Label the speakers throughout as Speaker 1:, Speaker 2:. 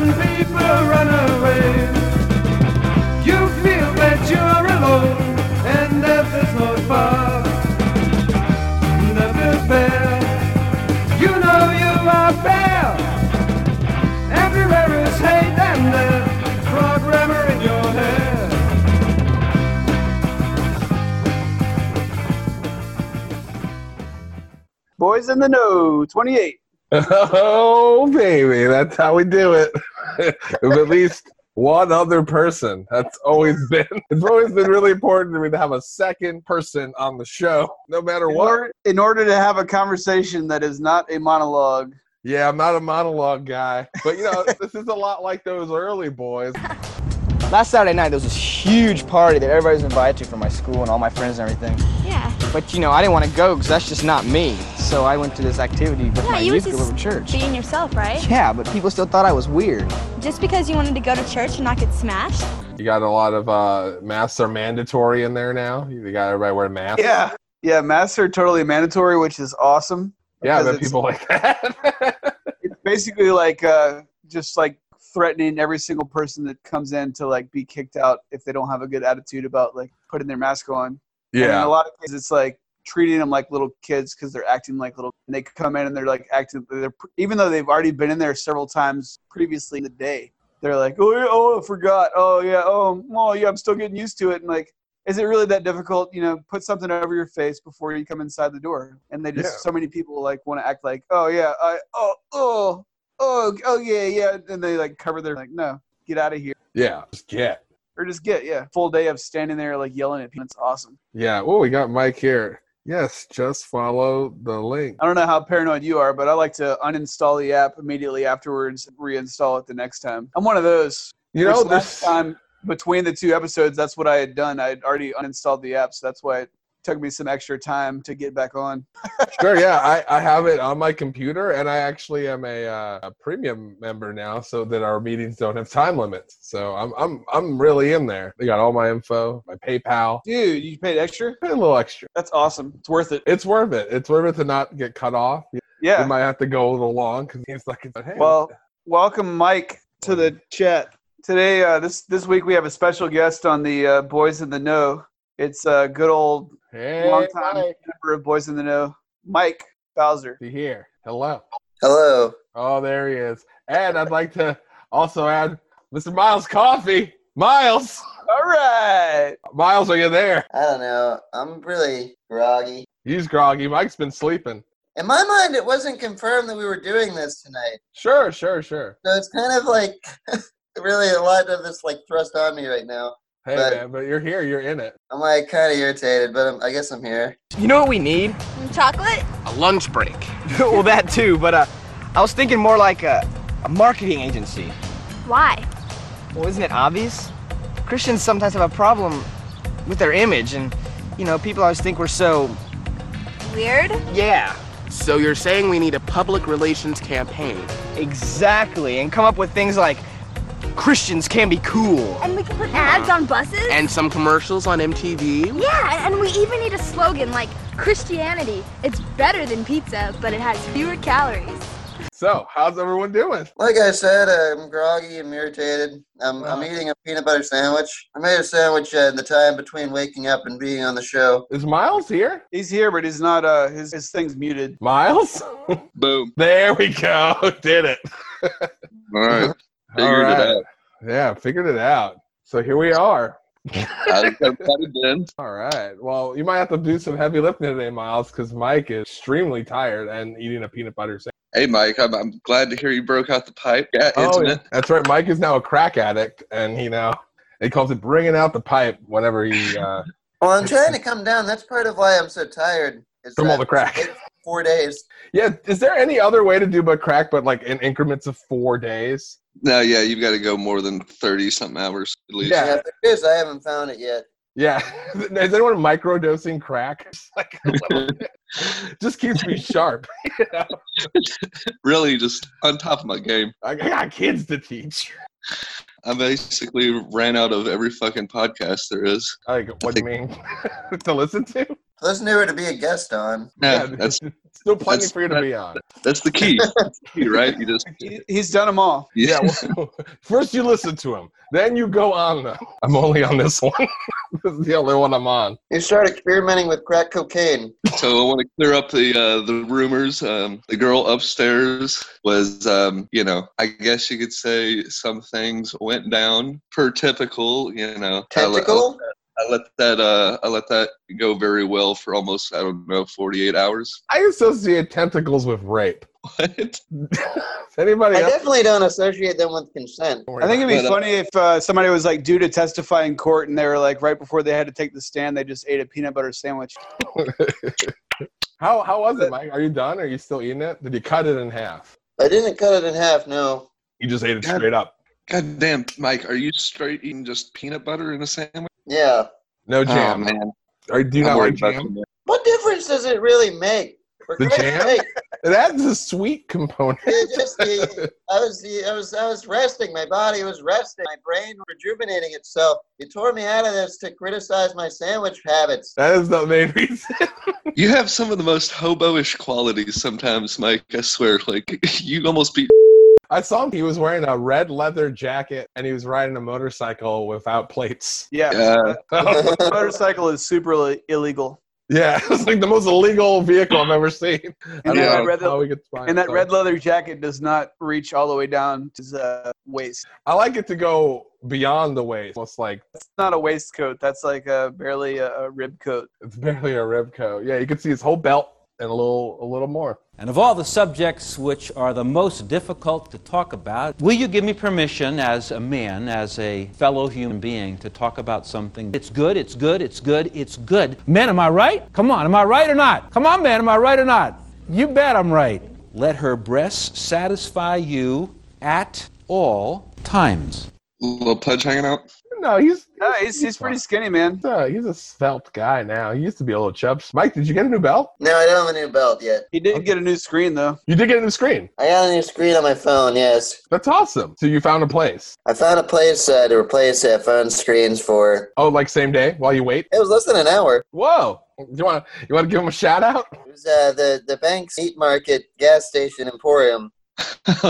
Speaker 1: people run away. You feel that you're alone, and death is not far. Death is fair. You know you are fair. Everywhere is hate and death. Frog rammer in your hair.
Speaker 2: Boys in the know, 28.
Speaker 3: Oh, baby, that's how we do it. With at least one other person. That's always been. It's always been really important to me to have a second person on the show, no matter
Speaker 2: In
Speaker 3: what.
Speaker 2: order, in order to have a conversation that is not a monologue.
Speaker 3: Yeah, I'm not a monologue guy, but you know, this is a lot like those early boys.
Speaker 4: Last Saturday night, there was this huge party that everybody was invited to from my school and all my friends and everything.
Speaker 5: Yeah.
Speaker 4: But you know, I didn't want to go because that's just not me. So I went to this activity with
Speaker 5: Yeah,
Speaker 4: my
Speaker 5: you
Speaker 4: youth
Speaker 5: was
Speaker 4: group
Speaker 5: just
Speaker 4: at church.
Speaker 5: being yourself, right?
Speaker 4: Yeah, but people still thought I was weird.
Speaker 5: Just because you wanted to go to church and not get smashed?
Speaker 3: You got a lot of uh, masks are mandatory in there now. You got everybody wearing masks.
Speaker 2: Yeah. Yeah, masks are totally mandatory, which is awesome.
Speaker 3: yeah, I bet
Speaker 2: because it's-
Speaker 3: people like that.
Speaker 2: It's basically like uh, just like threatening every single person that comes in to like be kicked out if they don't have a good attitude about like putting their mask on. And in a
Speaker 3: yeah,
Speaker 2: lot of cases, it's like treating them like little kids because they're acting like little. And they come in and they're like acting. They're pr- even though they've already been in there several times previously in the day. They're like, oh, yeah, oh, I forgot. Oh yeah, oh, oh yeah, I'm still getting used to it. And like, is it really that difficult? You know, put something over your face before you come inside the door. And they just
Speaker 3: Yeah.
Speaker 2: so many people like want to act like, oh yeah, I oh oh oh oh yeah yeah. And they like cover their like, no, get out of here,
Speaker 3: yeah, just get.
Speaker 2: or just get yeah. Full day of standing there like yelling at people. It's awesome.
Speaker 3: Yeah. Oh, we got Mike here. Yes, just follow the link.
Speaker 2: I don't know how paranoid you are, but I like to uninstall the app immediately afterwards, reinstall it the next time. I'm one of those.
Speaker 3: You know,
Speaker 2: Which last
Speaker 3: this
Speaker 2: time between the two episodes, that's what I had done. I had already uninstalled the app, so that's why it took me some extra time to get back on.
Speaker 3: sure, yeah, I, I have it on my computer, and I actually am a, uh, a premium member now, so that our meetings don't have time limits. So I'm I'm I'm really in there. They got all my info, my PayPal,
Speaker 2: Dude, you paid extra?
Speaker 3: Pay a little extra.
Speaker 2: That's awesome. It's worth it.
Speaker 3: It's worth it. It's worth it to not get cut off. We
Speaker 2: Yeah.
Speaker 3: might have to go a little long because he's like, hey,
Speaker 2: Well, welcome Mike to the chat. Today, uh, this this week we have a special guest on the uh, Boys in the Know. It's uh, good old
Speaker 3: hey,
Speaker 2: long time.
Speaker 3: Mike,
Speaker 2: member of Boys in the Know, Mike Bowser.
Speaker 3: you here? Hello.
Speaker 6: Hello.
Speaker 3: Oh, there he is. And I'd like to also add Mr. Miles Coffee. Miles,
Speaker 2: All right.
Speaker 3: Miles, are you there?
Speaker 6: I don't know. I'm really groggy.
Speaker 3: He's groggy. Mike's been sleeping.
Speaker 6: In my mind, it wasn't confirmed that we were doing this tonight.
Speaker 3: Sure, sure, sure.
Speaker 6: So it's kind of like really a lot of this like thrust on me right now.
Speaker 3: Hey,
Speaker 6: But-
Speaker 3: man, but you're here. You're in it.
Speaker 6: I'm like kind of irritated, but I'm, I guess I'm here.
Speaker 4: You know what we need?
Speaker 5: Mm, Chocolate?
Speaker 4: A lunch break. well, that too, but uh, I was thinking more like a, a marketing agency.
Speaker 5: Why?
Speaker 4: Well, isn't it obvious? Christians sometimes have a problem with their image, and you know, people always think we're so
Speaker 5: Weird?
Speaker 4: yeah.
Speaker 7: So you're saying we need a public relations campaign?
Speaker 4: Exactly, and come up with things like Christians can be cool.
Speaker 5: And we can put ads on buses?
Speaker 7: And some commercials on MTV?
Speaker 5: yeah, and we even need a slogan like Christianity. It's better than pizza, but it has fewer calories.
Speaker 3: So, how's everyone doing?
Speaker 6: Like I said, I'm groggy. I'm irritated. I'm, I'm eating a peanut butter sandwich. I made a sandwich uh, in the time between waking up and being on the show.
Speaker 3: Is Miles here?
Speaker 2: He's here, but he's not. Uh, his his thing's muted.
Speaker 3: Miles?
Speaker 8: Boom.
Speaker 3: There we go. Did it.
Speaker 8: All right.
Speaker 3: All
Speaker 8: Figured
Speaker 3: right.
Speaker 8: it out.
Speaker 3: Yeah, figured it out. So here we are.
Speaker 8: I think I've got it in.
Speaker 3: All right. Well, you might have to do some heavy lifting today, Miles, because Mike is extremely tired and eating a peanut butter sandwich.
Speaker 8: Hey, Mike, I'm, I'm glad to hear you broke out the pipe. Yeah,
Speaker 3: Oh,
Speaker 8: isn't
Speaker 3: yeah.
Speaker 8: it?
Speaker 3: that's right. Mike is now a crack addict, and he now he calls it bringing out the pipe whenever he uh,
Speaker 6: Well, I'm trying to come down. That's part of why I'm so tired. Is
Speaker 3: from all the
Speaker 6: that
Speaker 3: crack.
Speaker 6: it's Four days.
Speaker 3: Yeah, is there any other way to do but crack, but like in increments of four days?
Speaker 8: No, yeah, you've got to go more than 30 something hours at least.
Speaker 3: Yeah.
Speaker 6: Yeah, there is. I haven't found it yet.
Speaker 3: Yeah, is anyone microdosing crack? Just Like a little bit. just keeps me sharp. you know?
Speaker 8: Really, just on top of my game.
Speaker 3: I I got kids to teach.
Speaker 8: I basically ran out of every fucking podcast there is.
Speaker 3: Like, what do you mean to listen to?
Speaker 6: Listen to her to be a guest on.
Speaker 8: Yeah, that's
Speaker 3: Still plenty
Speaker 8: That's-
Speaker 3: for you to be on.
Speaker 8: That's the key. That's the key, right? You just
Speaker 2: He, he's done them all.
Speaker 3: Yeah. Well, first you listen to him, then you go on them. I'm only on this one. this is the only one I'm on.
Speaker 6: You start experimenting with crack cocaine.
Speaker 8: So I want to clear up the uh, the rumors. Um, the girl upstairs was, um, you know, I guess you could say some things went down per typical. You know, I let-
Speaker 6: Tentacle?
Speaker 8: I let that uh, I let that go very well for almost I don't know 48 hours.
Speaker 3: I associate tentacles with rape.
Speaker 8: What?
Speaker 3: Anybody
Speaker 6: I
Speaker 3: else?
Speaker 6: definitely don't associate them with consent.
Speaker 2: I think it'd be
Speaker 8: But, uh,
Speaker 2: funny if uh, somebody was like due to testify in court, and they were like right before they had to take the stand, they just ate a peanut butter sandwich.
Speaker 3: how how was it, Mike? Are you done? Are you still eating it? Did you cut it in half?
Speaker 6: I didn't cut it in half, no.
Speaker 3: You just ate it
Speaker 8: God.
Speaker 3: straight up.
Speaker 8: God damn, Mike, are you straight eating just peanut butter in a sandwich?
Speaker 6: Yeah.
Speaker 3: No
Speaker 8: Oh
Speaker 3: jam.
Speaker 8: man,
Speaker 3: Are, do you
Speaker 8: I'm
Speaker 3: not like
Speaker 8: worried about
Speaker 3: jam?
Speaker 8: you.
Speaker 6: What difference does it really make? For
Speaker 3: The
Speaker 6: Christ's
Speaker 3: jam?
Speaker 6: sake,
Speaker 3: That's a sweet component.
Speaker 6: it just- it- I was, I was, I was resting. My body was resting. My brain rejuvenating itself. You tore me out of this to criticize my sandwich habits.
Speaker 3: That is the main reason.
Speaker 8: You have some of the most hobo-ish qualities sometimes, Mike. I swear, like you almost beat
Speaker 3: I saw him. He was wearing a red leather jacket and he was riding a motorcycle without plates. Oh,
Speaker 2: Yeah,
Speaker 8: Yeah.
Speaker 2: motorcycle is super li- illegal.
Speaker 3: Yeah, it's like the most illegal vehicle I've ever seen. I don't
Speaker 2: And that
Speaker 3: know
Speaker 2: red-
Speaker 3: how we could find
Speaker 2: And that
Speaker 3: some.
Speaker 2: red leather jacket does not reach all the way down to his uh, waist.
Speaker 3: I like it to go beyond the waist. It's like
Speaker 2: It's not a waistcoat. That's like uh barely a, a rib coat.
Speaker 3: it's barely a ribco. Yeah, you can see his whole belt and a little, a little more.
Speaker 9: And of all the subjects which are the most difficult to talk about, will you give me permission as a man, as a fellow human being, to talk about something? It's good, it's good, it's good, it's good. Men, am I right? Come on, am I right or not? Come on, man, am I right or not? You bet I'm right. Let her breasts satisfy you at all times.
Speaker 8: little pudge hanging out.
Speaker 3: No, he's
Speaker 2: No, he's, he's pretty skinny, man.
Speaker 3: He's a, he's a svelte guy now. He used to be a little chubs. Mike, did you get a new belt?
Speaker 6: No, I don't have a new belt yet.
Speaker 2: He did get a new screen though.
Speaker 3: You did get a new screen.
Speaker 6: I got a new screen on my phone. Yes,
Speaker 3: That's awesome. So you found a place.
Speaker 6: I found a place uh, to replace uh, phone screens for.
Speaker 3: Oh, like same day while you wait.
Speaker 6: It was less than an hour.
Speaker 3: Whoa! Do you want to you want to give him a shout out?
Speaker 6: It was uh, the the bank's meat market gas station emporium.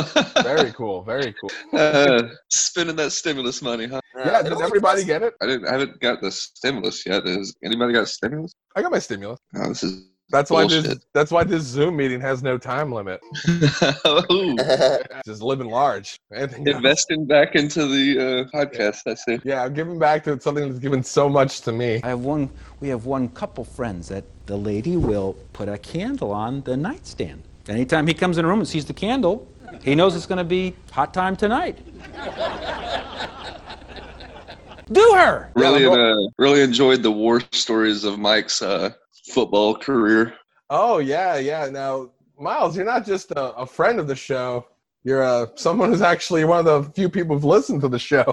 Speaker 3: Very cool. Very cool.
Speaker 8: uh, spending that stimulus money, huh?
Speaker 6: Uh,
Speaker 3: Yeah.
Speaker 6: it
Speaker 3: Did
Speaker 6: only
Speaker 3: everybody
Speaker 6: cost-
Speaker 3: get it?
Speaker 8: I didn't. I haven't got the stimulus yet. Has anybody got stimulus?
Speaker 3: I got my stimulus.
Speaker 8: Oh, this is.
Speaker 3: That's why this.
Speaker 8: Bullshit.
Speaker 3: That's why this Zoom meeting has no time limit.
Speaker 8: Ooh.
Speaker 3: Just living large. Anything goes.
Speaker 8: Oh, Investing back into the uh, podcast. That's it.
Speaker 3: Yeah, giving back to something that's given so much to me.
Speaker 9: I have one, we have one couple friends that the lady will put a candle on the nightstand. Anytime he comes in a room and sees the candle, he knows it's going to be hot time tonight. Do her!
Speaker 8: Really,
Speaker 3: Yeah,
Speaker 8: uh, really enjoyed the war stories of Mike's uh, football career.
Speaker 3: Oh yeah, yeah. Now, Miles, you're not just a, a friend of the show. You're uh, someone who's actually one of the few people who've listened to the show.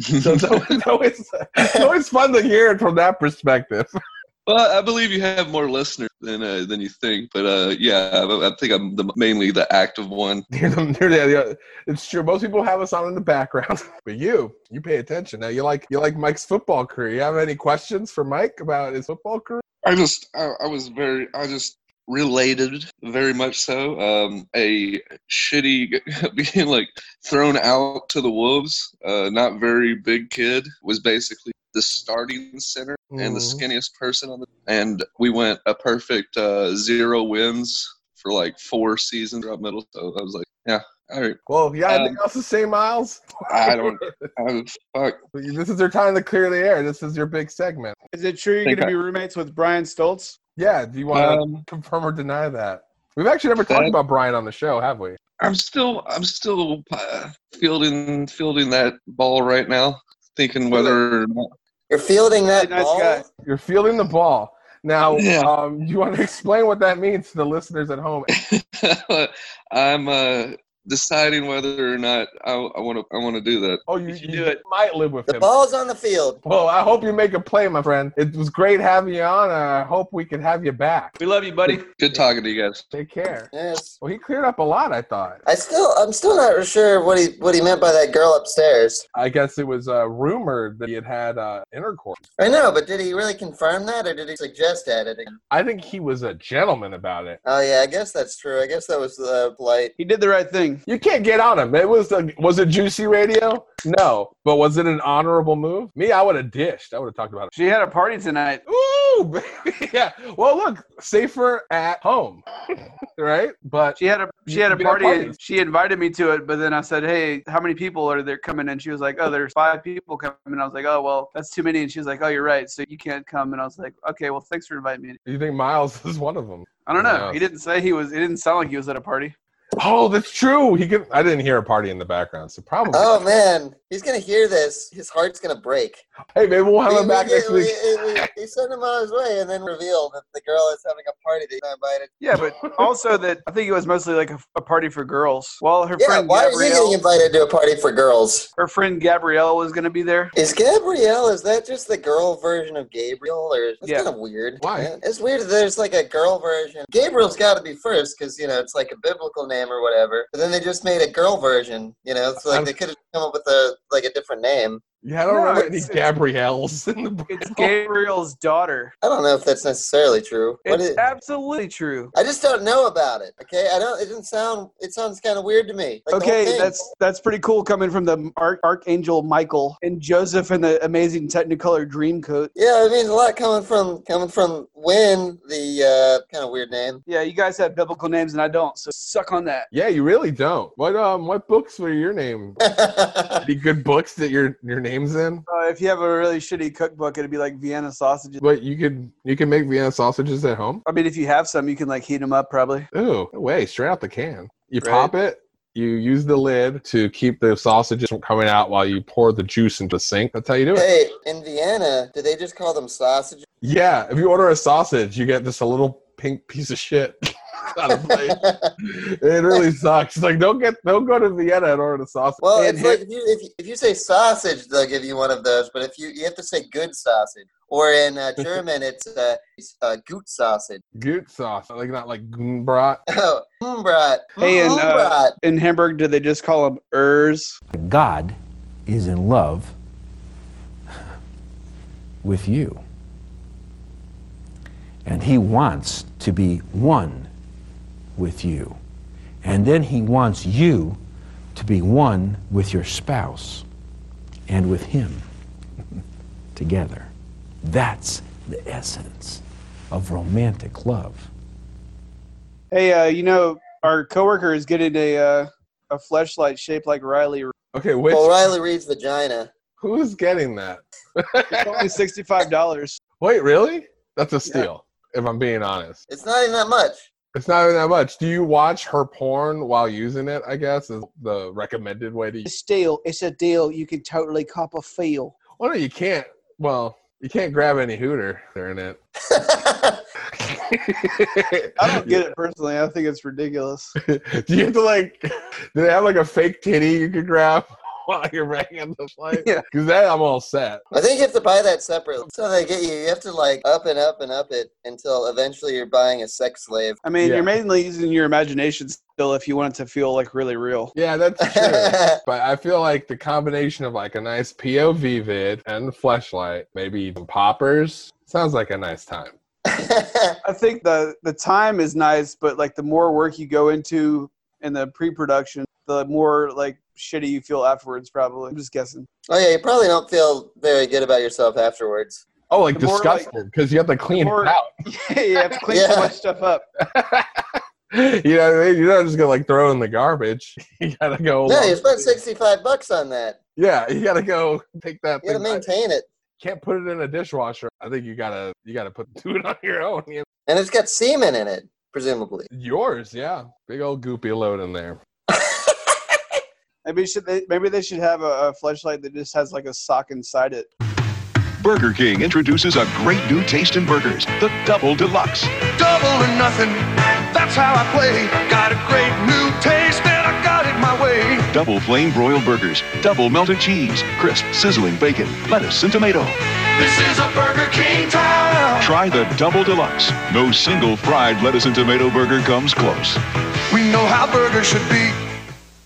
Speaker 3: So it's always, it's always, it's always fun to hear it from that perspective.
Speaker 8: well, I believe you have more listeners than uh, than you think, but uh, yeah, I, I think I'm the, mainly the active one.
Speaker 3: You're the- you're the- you're- it's true. Most people have us on in the background, but you, you pay attention. Now you like you like Mike's football career. You have any questions for Mike about his football career?
Speaker 8: I just, I, I was very, I just related very much so. Um, a shitty being like thrown out to the wolves. Uh, not very big kid was basically the starting center and the
Speaker 3: Mhm.
Speaker 8: skinniest person on the. And we went a perfect uh, zero wins for like four seasons throughout middle. So I was like, yeah, all right.
Speaker 3: Well, yeah,
Speaker 8: Um,
Speaker 3: anything else to say, Miles?
Speaker 8: I don't. I, fuck.
Speaker 3: This is your time to clear the air. This is your big segment.
Speaker 2: Is it true you're
Speaker 8: Think
Speaker 2: going to
Speaker 8: I-
Speaker 2: be roommates with Brian Stoltz?
Speaker 3: Yeah, do you want to
Speaker 8: Um,
Speaker 3: confirm or deny that? We've actually never talked
Speaker 8: that-
Speaker 3: about Brian on the show, have we?
Speaker 8: I'm still I'm still uh, fielding fielding that ball right now, thinking whether or not.
Speaker 6: You're fielding that
Speaker 2: Nice
Speaker 6: ball.
Speaker 2: guy.
Speaker 3: You're feeling the ball. Now,
Speaker 8: Yeah.
Speaker 3: um, you want to explain what that means to the listeners at home?
Speaker 8: I'm uh, deciding whether or not I want to I want to do that.
Speaker 3: Oh, you, you,
Speaker 2: do it.
Speaker 3: might live with
Speaker 6: The
Speaker 3: him.
Speaker 6: ball's on the field.
Speaker 3: Well, I hope you make a play, my friend. It was great having you on. and I hope we can have you back.
Speaker 2: We love you, buddy.
Speaker 8: Good talking to you guys.
Speaker 3: Take care.
Speaker 6: Yes.
Speaker 3: Well, he cleared up a lot, I thought.
Speaker 6: I still, I'm still not sure what he what he meant by that girl upstairs.
Speaker 3: I guess it was uh, rumored that he had had uh, intercourse.
Speaker 6: I know, but did he really confirm that, or did he suggest that? It again?
Speaker 3: I think he was a gentleman about it.
Speaker 6: Oh yeah, I guess that's true. I guess that was uh, polite.
Speaker 2: He did the right thing.
Speaker 3: You can't get on him. It was a, was it juicy radio? No, but was it an honorable move? Me, I would have dished. I would have talked about
Speaker 2: She had a party tonight.
Speaker 3: it. Ooh, baby. yeah. Well, look, safer at home, right? But
Speaker 2: She had a she had a
Speaker 3: We had
Speaker 2: party.
Speaker 3: parties.
Speaker 2: And she invited me to it, but then I said, "Hey, how many people are there coming?" And she was like, "Oh, there's five people coming." And I was like, "Oh, well, that's too many." And she was like, "Oh, you're right. So you can't come." And I was like, "Okay, well, thanks for inviting me."
Speaker 3: you think Miles is one of them?
Speaker 2: I don't know.
Speaker 3: Yeah.
Speaker 2: He didn't say he was. It didn't sound like he was at a party.
Speaker 3: Oh, that's true. He could. I didn't hear a party in the background, so probably.
Speaker 6: Oh man, he's gonna hear this. His heart's gonna break.
Speaker 3: Hey, maybe we'll have
Speaker 6: We-
Speaker 3: him
Speaker 6: we
Speaker 3: back
Speaker 6: get-
Speaker 3: next week.
Speaker 6: We, we, we send him on his way, and then reveal that the girl is having a party that he's not invited.
Speaker 2: Yeah, but also that I think it was mostly like a, a party for girls. While her
Speaker 6: Yeah,
Speaker 2: friend
Speaker 6: why are you
Speaker 2: Gabrielle,
Speaker 6: getting invited to a party for girls?
Speaker 2: her friend Gabrielle was going to be there.
Speaker 6: Is Gabrielle? Is that just the girl version of Gabriel, or it's
Speaker 2: Yeah.
Speaker 6: kind of weird?
Speaker 3: Why?
Speaker 6: It's weird. That there's like a girl version. Gabriel's got to be first because you know it's like a biblical name or whatever. But then they just made a girl version. You know, it's like
Speaker 3: I'm-
Speaker 6: they could have come up with a like a different name.
Speaker 3: Yeah, I don't
Speaker 2: No,
Speaker 3: remember any
Speaker 2: it's-
Speaker 3: Gabrielles in the.
Speaker 2: It's Gabrielle's daughter.
Speaker 6: I don't know if that's necessarily true. What
Speaker 2: It's
Speaker 6: is-
Speaker 2: absolutely true.
Speaker 6: I just don't know about it. Okay, I don't. It doesn't sound. It sounds kind of weird to me. Like the whole
Speaker 2: Okay,
Speaker 6: thing.
Speaker 2: that's that's pretty cool coming from the Arch- Archangel Michael and Joseph in the amazing Technicolor Dreamcoat.
Speaker 6: Yeah, it means a lot coming from coming from Win, the uh, kind of weird name.
Speaker 2: Yeah, you guys have biblical names and I don't, so suck on that.
Speaker 3: Yeah, you really don't. What um, what books were your name? Any good books that your your name's in?
Speaker 2: Uh, if you have a really shitty cookbook, it'd be like Vienna sausages.
Speaker 3: But you could you can make Vienna sausages at home.
Speaker 2: I mean, if you have some, you can like heat them up probably.
Speaker 3: Ooh, no way, straight out the can. You
Speaker 2: Right.
Speaker 3: pop it. You use the lid to keep the sausages from coming out while you pour the juice into the sink. That's how you do it.
Speaker 6: hey, in Vienna, do they just call them sausages?
Speaker 3: Yeah, if you order a sausage, you get just a little pink piece of shit on a plate. it really sucks. It's like don't get don't go to Vienna and order the sausage.
Speaker 6: well,
Speaker 2: And
Speaker 6: it's like if you, if you if you say sausage, they'll give you one of those. But if you you have to say good sausage, or in uh, German, it's uh, it's, uh, gut sausage.
Speaker 3: Goot sauce, like not like brat.
Speaker 6: Oh, Umbrat.
Speaker 2: Hey, and, uh,
Speaker 6: Umbrat.
Speaker 2: In Hamburg, do they just call them ers?
Speaker 10: God is in love with you. And he wants to be one with you. And then he wants you to be one with your spouse and with him together. That's the essence of romantic love.
Speaker 2: Hey, uh, you know, our coworker is getting a uh, a flashlight shaped like Riley.
Speaker 3: Okay, which
Speaker 6: well, Riley Reed's vagina.
Speaker 3: who's getting that?
Speaker 2: It's only sixty five dollars.
Speaker 3: Wait, really? That's a steal. If I'm being honest,
Speaker 6: It's not even that much.
Speaker 3: it's not even that much. Do you watch her porn while using it? I guess is the recommended way to. use
Speaker 2: deal. It's a deal. You can totally cop a feel.
Speaker 3: Well, oh, no, you can't. Well, you can't grab any hooter during it.
Speaker 2: I don't get it personally. I think it's ridiculous.
Speaker 3: Do you have to like? Do they have like a fake titty you could grab while you're banging the flight?
Speaker 2: Yeah.
Speaker 3: Because that I'm all set.
Speaker 6: I think you have to buy that separately. So they get you. You have to like up and up and up it until eventually you're buying a sex slave.
Speaker 2: I mean,
Speaker 3: Yeah.
Speaker 2: you're mainly using your imagination still if you want it to feel like really real.
Speaker 3: Yeah, that's true. but I feel like the combination of like a nice POV vid and the flashlight, maybe even poppers, sounds like a nice time.
Speaker 2: I think the the time is nice, but like the more work you go into in the pre production, the more like shitty you feel afterwards. Probably. I'm just guessing.
Speaker 6: oh yeah, you probably don't feel very good about yourself afterwards.
Speaker 3: Oh, like
Speaker 2: The more, like-
Speaker 3: disgusted because you have to clean
Speaker 2: more-
Speaker 3: it out.
Speaker 2: yeah, you have to clean so
Speaker 6: Yeah.
Speaker 2: much stuff up.
Speaker 3: you know, what I mean? you're not just gonna like throw in the garbage. You gotta go.
Speaker 6: No,
Speaker 3: along-
Speaker 6: you spent sixty-five bucks on that.
Speaker 3: yeah, you gotta go take that
Speaker 6: You got
Speaker 3: thing.
Speaker 6: to maintain it,
Speaker 3: can't put it in a dishwasher. I think you gotta you gotta put do it on your own. you know?
Speaker 6: and it's got semen in it, presumably.
Speaker 3: Yours, yeah, big old goopy load in there.
Speaker 2: Maybe should they, maybe they should have a, a flashlight that just has like a sock inside it.
Speaker 1: Burger King introduces a great new taste in burgers, the Double Deluxe. Double or nothing, that's how I play. Got a great new taste and I got it my
Speaker 11: away. Double flame broiled burgers, double melted cheese, crisp sizzling bacon, lettuce and tomato.
Speaker 1: This is a Burger King town.
Speaker 11: Try the double deluxe. No single fried lettuce and tomato burger comes close.
Speaker 2: We know how burgers should be.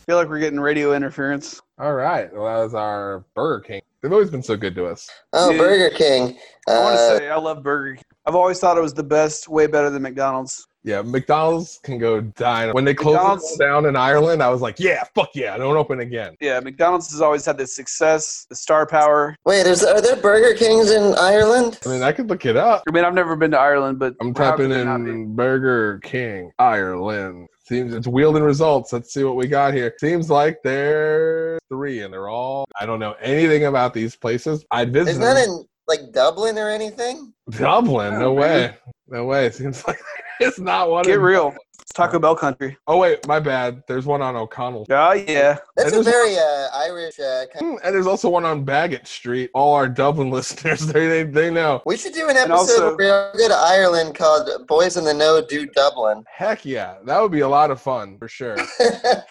Speaker 2: feel like we're getting radio interference.
Speaker 3: All right. Well, that was our Burger King. They've always been so good to us.
Speaker 2: Oh, Burger
Speaker 6: King.
Speaker 2: I want
Speaker 3: Uh,
Speaker 2: to say I love Burger King. I've always thought it was the best, way better than McDonald's.
Speaker 3: Yeah, McDonald's can go dine. When they closed it
Speaker 2: McDonald's-
Speaker 3: all down in Ireland, I was like, yeah, fuck yeah, don't open again.
Speaker 2: Yeah, McDonald's has always had the success, the star power.
Speaker 6: Wait, is are there Burger Kings in Ireland?
Speaker 3: I mean, I could look it up.
Speaker 2: I mean, I've never been to Ireland, but
Speaker 3: I'm
Speaker 2: how could
Speaker 3: typing
Speaker 2: there not
Speaker 3: in Burger King Ireland. Seems it's wielding results. Let's see what we got here. Seems like there's three, and they're all. I don't know anything about these places. I'd visit
Speaker 6: Is that
Speaker 3: them.
Speaker 6: in like Dublin or anything?
Speaker 3: Dublin. No
Speaker 6: Yeah,
Speaker 3: way. No way. Seems like it's not one.
Speaker 2: Oh, Get
Speaker 3: in-
Speaker 2: real. It's Taco Bell country.
Speaker 3: Oh wait, my bad. There's one on O'Connell.
Speaker 2: Oh yeah.
Speaker 6: That's
Speaker 3: And there's-
Speaker 6: a very uh, Irish uh, kind.
Speaker 3: Mm, And there's also one on Baggett Street. All our Dublin listeners, they they, they know.
Speaker 6: We should do an
Speaker 3: And
Speaker 6: episode
Speaker 3: also-
Speaker 6: where we go to Ireland called "Boys in the Know Do Dublin."
Speaker 3: Heck yeah, that would be a lot of fun for sure.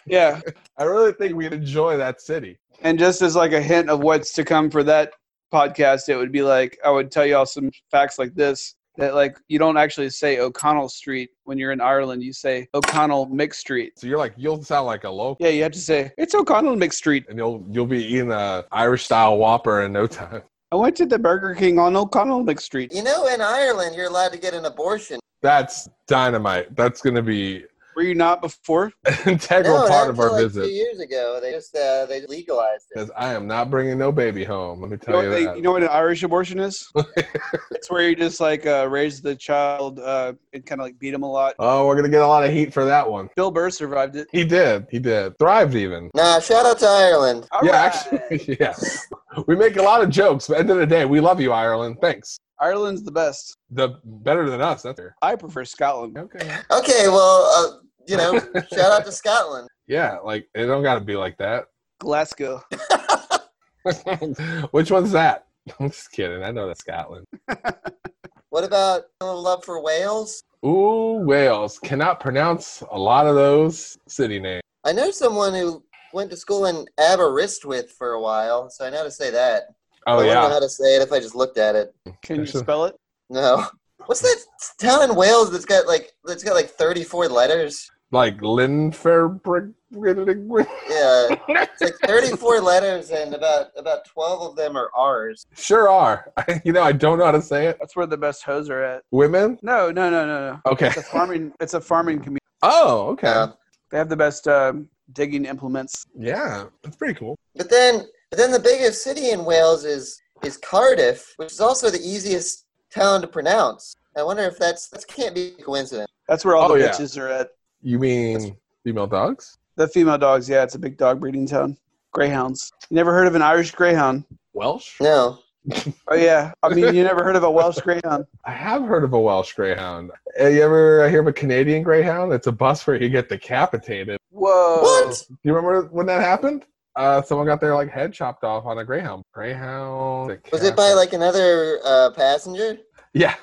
Speaker 2: yeah,
Speaker 3: I really think we'd enjoy that city.
Speaker 2: And just as like a hint of what's to come for that podcast, it would be like I would tell y'all some facts like this that like you don't actually say O'Connell Street when you're in Ireland. You say O'Connell Mick Street.
Speaker 3: So you're like you'll sound like a local.
Speaker 2: Yeah, you have to say it's O'Connell Mick Street.
Speaker 3: And you'll you'll be eating a Irish style Whopper in no time.
Speaker 2: I went to the Burger King on O'Connell Mick Street.
Speaker 6: You know, in Ireland, you're allowed to get an abortion.
Speaker 3: That's dynamite. That's gonna be
Speaker 2: Were you not before?
Speaker 3: integral
Speaker 6: no,
Speaker 3: part
Speaker 6: not
Speaker 3: of our
Speaker 6: till, like, Two
Speaker 3: visit.
Speaker 6: years ago, they just uh, they legalized it.
Speaker 3: Because I am not bringing no baby home. Let me
Speaker 2: You know,
Speaker 3: tell
Speaker 2: what
Speaker 3: you
Speaker 2: they-
Speaker 3: that.
Speaker 2: you know what an Irish abortion is? it's where you just like uh, raise the child uh, and kind of like beat him a lot.
Speaker 3: oh, we're gonna get a lot of heat for that one.
Speaker 2: Bill Burr survived it.
Speaker 3: He did. He did. Thrived even.
Speaker 6: Nah, shout out to Ireland.
Speaker 3: yeah, actually, yeah. We make a lot of jokes, but at the end of the day, we love you, Ireland. Thanks.
Speaker 2: Ireland's the best.
Speaker 3: The better than us, that's fair.
Speaker 2: I prefer Scotland.
Speaker 3: Okay.
Speaker 6: Okay, well, uh, you know, shout out to Scotland.
Speaker 3: Yeah, like it don't gotta be like that.
Speaker 2: Glasgow.
Speaker 3: Which one's that? I'm just kidding. I know that's Scotland.
Speaker 6: What about a little love for Wales?
Speaker 3: Ooh, Wales. Cannot pronounce a lot of those city names.
Speaker 6: I know someone who went to school in Aberystwyth for a while, so I know how to say that.
Speaker 3: Oh
Speaker 6: I wouldn't know
Speaker 3: yeah.
Speaker 6: how to say it if I just looked at it.
Speaker 2: Can you spell it?
Speaker 6: No. What's that town in Wales that's got like that's got like 34 letters?
Speaker 3: Like Linferbrig.
Speaker 6: Yeah, it's like 34 letters, and about about 12 of them are R's.
Speaker 3: Sure are. you know, I don't know how to say it.
Speaker 2: That's where the best hoes are at.
Speaker 3: Women?
Speaker 2: No, no, no, no, no.
Speaker 3: Okay.
Speaker 2: It's a farming. It's a farming community.
Speaker 3: Oh, okay.
Speaker 6: Um,
Speaker 3: Yeah.
Speaker 2: They have the best um, digging implements.
Speaker 3: That's pretty cool.
Speaker 6: But then, but then the biggest city in Wales is is Cardiff, which is also the easiest town to pronounce. I wonder if that's that can't be a coincidence.
Speaker 2: That's where all
Speaker 3: Oh,
Speaker 2: the
Speaker 3: yeah.
Speaker 2: bitches are at.
Speaker 3: You mean female dogs?
Speaker 2: The female dogs. Yeah, it's a big dog breeding town. Greyhounds. You never heard of an Irish greyhound?
Speaker 3: Welsh?
Speaker 6: No.
Speaker 2: Oh yeah. I mean, you never heard of a Welsh greyhound?
Speaker 3: I have heard of a Welsh Greyhound. Uh, You ever hear of a Canadian Greyhound? It's a bus where you get decapitated.
Speaker 2: Whoa.
Speaker 6: What?
Speaker 3: Do you remember when that happened? Uh, someone got their like head chopped off on a Greyhound. Greyhound.
Speaker 6: Was it by like another uh, passenger?
Speaker 3: Yeah.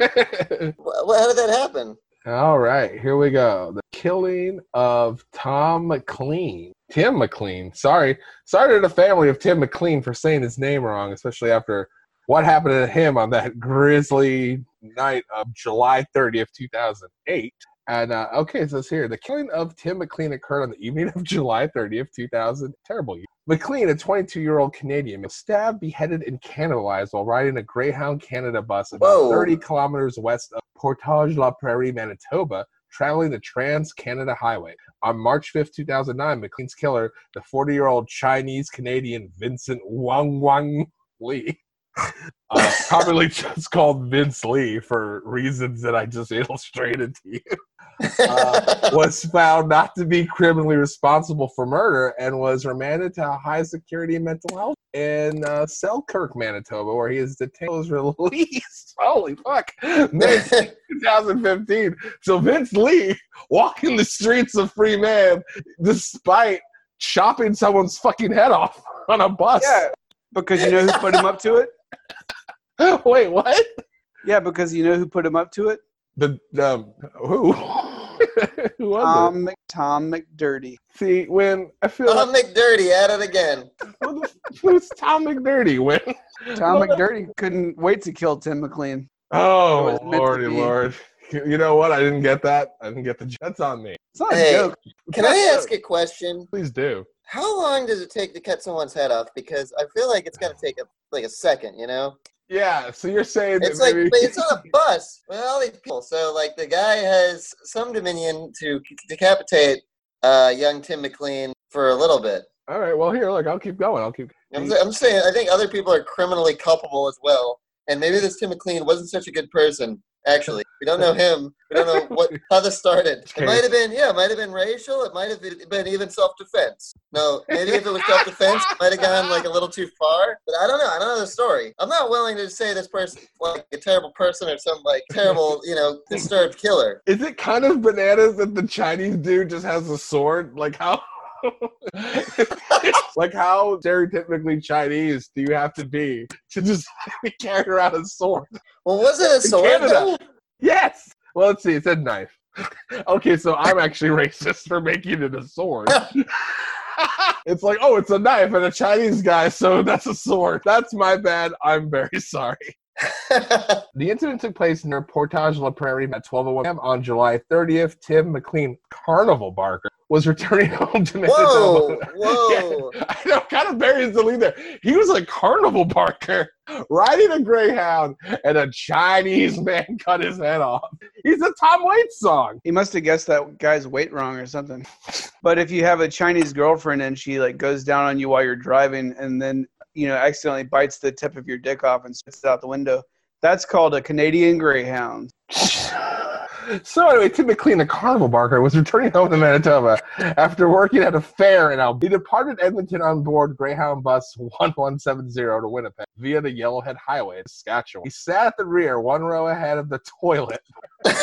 Speaker 6: Wh- wh- how did that happen?
Speaker 3: All right, here we go. The killing of Tom McLean. Tim McLean. Sorry. Sorry to the family of Tim McLean for saying his name wrong, especially after what happened to him on that grisly night of July 30th, 2008. And uh, okay, so it says here the killing of Tim McLean occurred on the evening of July 30th, 2000. Terrible year. McLean, a 22 year old Canadian, was stabbed, beheaded, and cannibalized while riding a Greyhound Canada bus about
Speaker 6: Whoa.
Speaker 3: 30 kilometers west of Portage La Prairie, Manitoba, traveling the Trans Canada Highway. On March 5th, 2009, McLean's killer, the 40 year old Chinese Canadian Vincent Wang Wang Lee, uh, commonly just called Vince Lee for reasons that I just illustrated to you, uh, was found not to be criminally responsible for murder and was remanded to a high security mental health in uh, Selkirk, Manitoba, where he is detained and was released. Holy fuck! May 2015. So Vince Lee walking the streets of free man despite chopping someone's fucking head off on a bus.
Speaker 2: Yeah. Because you know who put him up to it?
Speaker 3: Wait, what?
Speaker 2: Yeah, because you know who put him up to it?
Speaker 3: The um, who? Who was it?
Speaker 2: Tom, Mc, Tom McDirty.
Speaker 3: See, when I feel
Speaker 2: um,
Speaker 6: Tom McDirty at it again.
Speaker 3: who's Tom McDirty when
Speaker 2: Tom McDirty couldn't wait to kill Tim McLean. It
Speaker 3: Oh
Speaker 2: was meant to
Speaker 3: lordy
Speaker 2: be.
Speaker 3: lord. You you know what? I didn't get that. I didn't get the j- that's on me.
Speaker 2: It's not
Speaker 6: Hey.
Speaker 2: a joke.
Speaker 6: Can I ask a question?
Speaker 3: Please do.
Speaker 6: How long does it take to cut someone's head off? Because I feel like it's gonna take a, like a second, you know.
Speaker 3: Yeah, so you're saying
Speaker 6: It's
Speaker 3: that
Speaker 6: like
Speaker 3: maybe
Speaker 6: but it's on a bus with all these people. So like the guy has some dominion to decapitate uh, young Tim McLean for a little bit.
Speaker 3: All right, well here, look, I'll keep going. I'll keep
Speaker 6: I'm, I'm saying I think other people are criminally culpable as well. And maybe this Tim McLean wasn't such a good person. Actually, we don't know him. We don't know what how this started. It might have been yeah, it might have been racial. It might have been been even self defense. No, maybe if it was self defense, it might have gone like a little too far. But I don't know. I don't know the story. I'm not willing to say this person like a terrible person or some like terrible you know disturbed killer.
Speaker 3: Is it kind of bananas that the Chinese dude just has a sword? Like how like how stereotypically Chinese do you have to be to just carry around a sword?
Speaker 6: Well, was it a sword?
Speaker 3: Canada.
Speaker 6: though?
Speaker 3: Yes. Well, let's see. It said knife. okay, so I'm actually racist for making it a sword. it's like, oh, it's a knife and a Chinese guy, so that's a sword. That's my bad. I'm very sorry. the incident took place near Portage La Prairie at 12:01 a.m. on July 30th. Tim McLean Carnival Barker was returning home to
Speaker 6: Whoa,
Speaker 3: Manitoba.
Speaker 6: whoa.
Speaker 3: I know, kind of buries the lead there. He was a carnival barker riding a greyhound, and a Chinese man cut his head off. He's a Tom Waits song.
Speaker 2: He must have guessed that guy's weight wrong or something. But if you have a Chinese girlfriend and she like goes down on you while you're driving and then you know accidentally bites the tip of your dick off and spits it out the window, that's called a Canadian Greyhound.
Speaker 3: So anyway, Tim McLean, a carnival barker, was returning home to Manitoba after working at a fair in Alberta. He departed Edmonton on board Greyhound Bus 1170 to Winnipeg via the Yellowhead Highway in Saskatchewan. He sat at the rear, one row ahead of the toilet.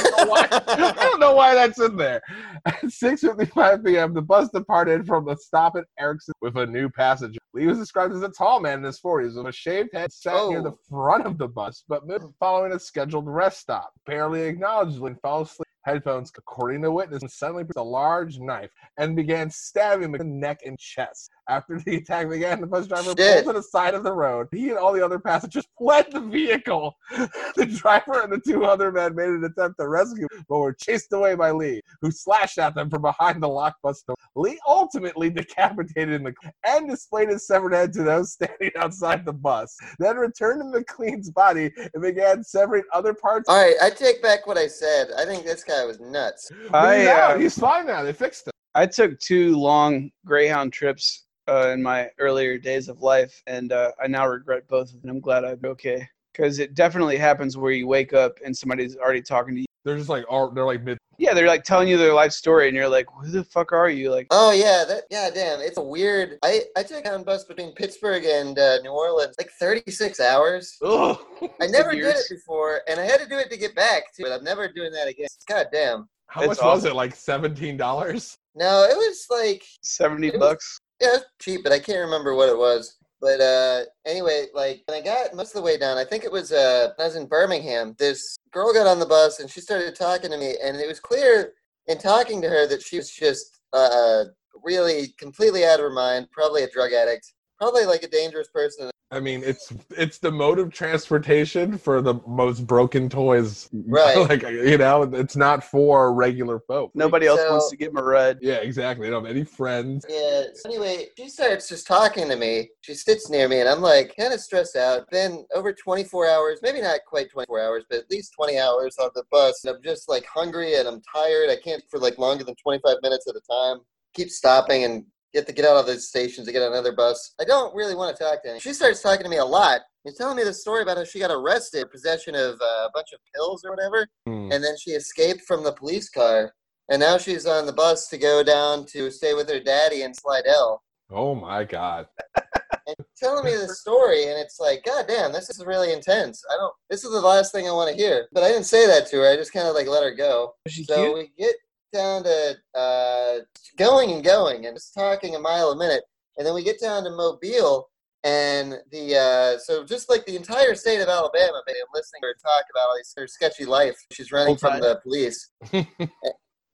Speaker 3: I don't know why that's in there. At 6.55 p.m., the bus departed from the stop at Erickson with a new passenger. Lee was described as a tall man in his 40s with a shaved head, sat near the front of the bus, but moved following a scheduled rest stop. Barely acknowledged when fell asleep. Headphones, according to witness, and suddenly produced a large knife and began stabbing him in the neck and chest. After the attack began, the bus driver
Speaker 6: Shit.
Speaker 3: pulled to the side of the road. He and all the other passengers fled the vehicle. The driver and the two other men made an attempt to rescue, but were chased away by Lee, who slashed at them from behind the locked bus door. Lee ultimately decapitated McLean and displayed his severed head to those standing outside the bus, then returned to McLean's body and began severing other parts.
Speaker 6: All right, I take back what I said. I think this guy was nuts.
Speaker 2: I,
Speaker 3: yeah,
Speaker 2: uh,
Speaker 3: he's fine now. They fixed him.
Speaker 2: I took two long Greyhound trips uh, in my earlier days of life, and uh, I now regret both of them. I'm glad I'm okay because it definitely happens where you wake up and somebody's already talking to you.
Speaker 3: They're just like, all, they're like mid.
Speaker 2: Yeah, they're like telling you their life story, and you're like, "Who the fuck are you?" Like,
Speaker 6: Oh yeah, that yeah, damn, it's a weird. I I took on bus between Pittsburgh and uh, New Orleans like 36 hours.
Speaker 3: Ugh.
Speaker 6: I never did
Speaker 2: years.
Speaker 6: it before, and I had to do it to get back too. But I'm never doing that again. God damn.
Speaker 3: How
Speaker 2: It's
Speaker 3: much was
Speaker 2: awesome.
Speaker 3: it? Like seventeen dollars.
Speaker 6: No, it was like
Speaker 2: seventy
Speaker 6: It was-
Speaker 2: bucks.
Speaker 6: yeah, it was cheap, but I can't remember what it was. But uh, anyway, like when I got most of the way down, I think it was uh, when I was in Birmingham. This girl got on the bus and she started talking to me, and it was clear in talking to her that she was just uh, really completely out of her mind, probably a drug addict, probably like a dangerous person.
Speaker 3: I mean, it's it's the mode of transportation for the most broken toys.
Speaker 6: Right.
Speaker 3: like you know, it's not for regular folk.
Speaker 2: Nobody else
Speaker 6: So-
Speaker 2: wants to give him a red.
Speaker 3: Yeah, exactly. They don't have any friends.
Speaker 6: Yeah. So anyway, she starts just talking to me. She sits near me, and I'm like kind of stressed out. Been over 24 hours, maybe not quite 24 hours, but at least 20 hours on the bus. And I'm just like hungry and I'm tired. I can't for like longer than 25 minutes at a time. Keep stopping and get to get out of those stations to get on another bus. I don't really want to talk to anyone. She starts talking to me a lot. And telling me the story about how she got arrested for possession of uh, a bunch of pills or whatever,
Speaker 3: Hmm.
Speaker 6: and then she escaped from the police car and now she's on the bus to go down to stay with her daddy in Slidell.
Speaker 3: Oh my god.
Speaker 6: And she's telling me the story, and it's like, God damn, this is really intense. I don't. This is the last thing I want to hear. But I didn't say that to her. I just kind of like let her go.
Speaker 2: Is she
Speaker 6: So
Speaker 2: cute?
Speaker 6: we get down to uh, going and going, and just talking a mile a minute, and then we get down to Mobile, and the uh, so just like the entire state of Alabama, been listening to her talk about all these, her sketchy life. She's running
Speaker 2: Whole
Speaker 6: from
Speaker 2: time.
Speaker 6: the police, A-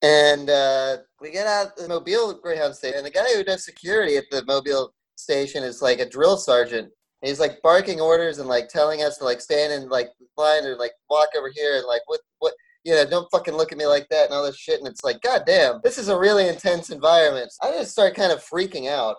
Speaker 6: And uh, we get out the Mobile Greyhound Station, and the guy who does security at the Mobile Station is like a drill sergeant. And he's like barking orders and like telling us to like stand in like line or like walk over here and like what what you know don't fucking look at me like that and all this shit. And it's like, god damn, this is a really intense environment. I just start kind of freaking out,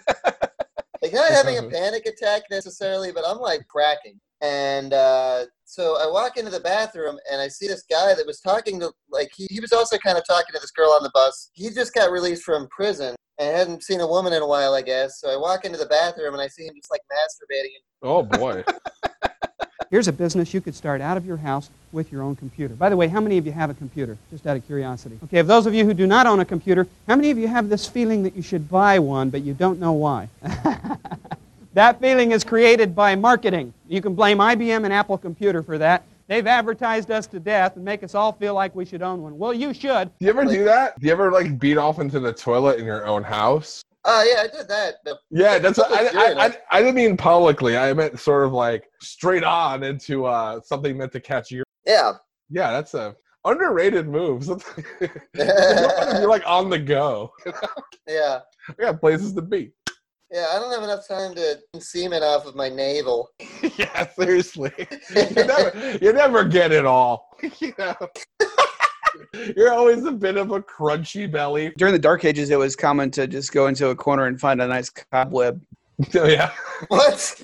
Speaker 6: like not having a panic attack necessarily, but I'm like cracking. And uh, so I walk into the bathroom and I see this guy that was talking to, like, he, he was also kind of talking to this girl on the bus. He just got released from prison and hadn't seen a woman in a while, I guess. So I walk into the bathroom and I see him just like masturbating.
Speaker 3: Oh boy.
Speaker 12: Here's a business you could start out of your house with your own computer. By the way, how many of you have a computer? Just out of curiosity. Okay, of those of you who do not own a computer, how many of you have this feeling that you should buy one but you don't know why? that feeling is created by marketing. You can blame IBM and Apple Computer for that. They've advertised us to death and make us all feel like we should own one. Well, you should.
Speaker 3: Do you ever do that? Do you ever like beat off into the toilet in your own house?
Speaker 6: Oh, yeah, I did that. The-
Speaker 3: Yeah, that's what I, I, I, I didn't mean publicly. I meant sort of like straight on into uh, something meant to catch you.
Speaker 6: Yeah.
Speaker 3: Yeah, that's a underrated move. Sometimes- You're like on the go.
Speaker 6: Yeah.
Speaker 3: We got places to be.
Speaker 6: Yeah, I don't have enough time to semen off of my navel.
Speaker 3: yeah, seriously. You never, you never get it all. you know? You're always a bit of a crunchy belly.
Speaker 2: During the Dark Ages, it was common to just go into a corner and find a nice cobweb.
Speaker 3: Oh yeah.
Speaker 6: What?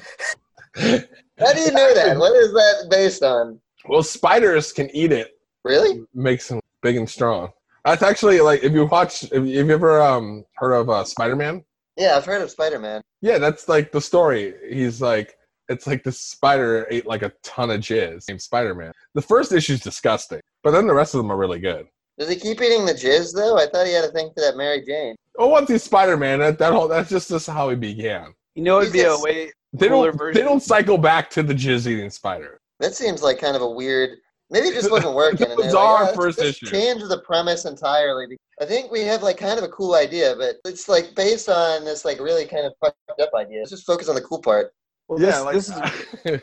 Speaker 6: How do you know that? What is that based on?
Speaker 3: Well, spiders can eat it.
Speaker 6: Really?
Speaker 3: Makes them big and strong. That's actually like if you watch, if you have you ever um heard of uh, Spider-Man?
Speaker 6: Yeah, I've heard of Spider Man.
Speaker 3: Yeah, that's like the story. He's like, it's like this spider ate like a ton of jizz named Spider-Man. The first issue's disgusting, but then the rest of them are really good.
Speaker 6: Does he keep eating the jizz, though? I thought he had a thing for that Mary Jane.
Speaker 3: Well, Oh, once he's Spider-Man, that, that whole that's just, just how he began.
Speaker 2: You know, it'd be a way.
Speaker 3: They
Speaker 2: cooler
Speaker 3: don't
Speaker 2: version.
Speaker 3: they don't cycle back to the jizz eating spider.
Speaker 6: That seems like kind of a weird. Maybe it just wasn't working. and they're like,
Speaker 3: Bizarre
Speaker 6: let's
Speaker 3: first
Speaker 6: just
Speaker 3: issue.
Speaker 6: Change the premise entirely. I think we have like kind of a cool idea, but it's like based on this like really kind of fucked up idea. Let's just focus on the cool part.
Speaker 2: Well, this, this is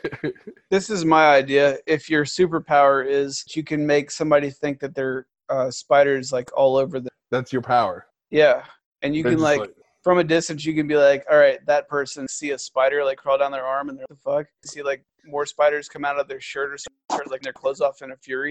Speaker 2: this is my idea. If your superpower is you can make somebody think that they're uh, spiders like all over the
Speaker 3: That's your power.
Speaker 2: yeah, and you
Speaker 3: They're
Speaker 2: can
Speaker 3: just
Speaker 2: like,
Speaker 3: like-
Speaker 2: from a distance you can be like, all right, that person see a spider like crawl down their arm and they're the fuck see like more spiders come out of their shirt or something, turns like their clothes off in a fury,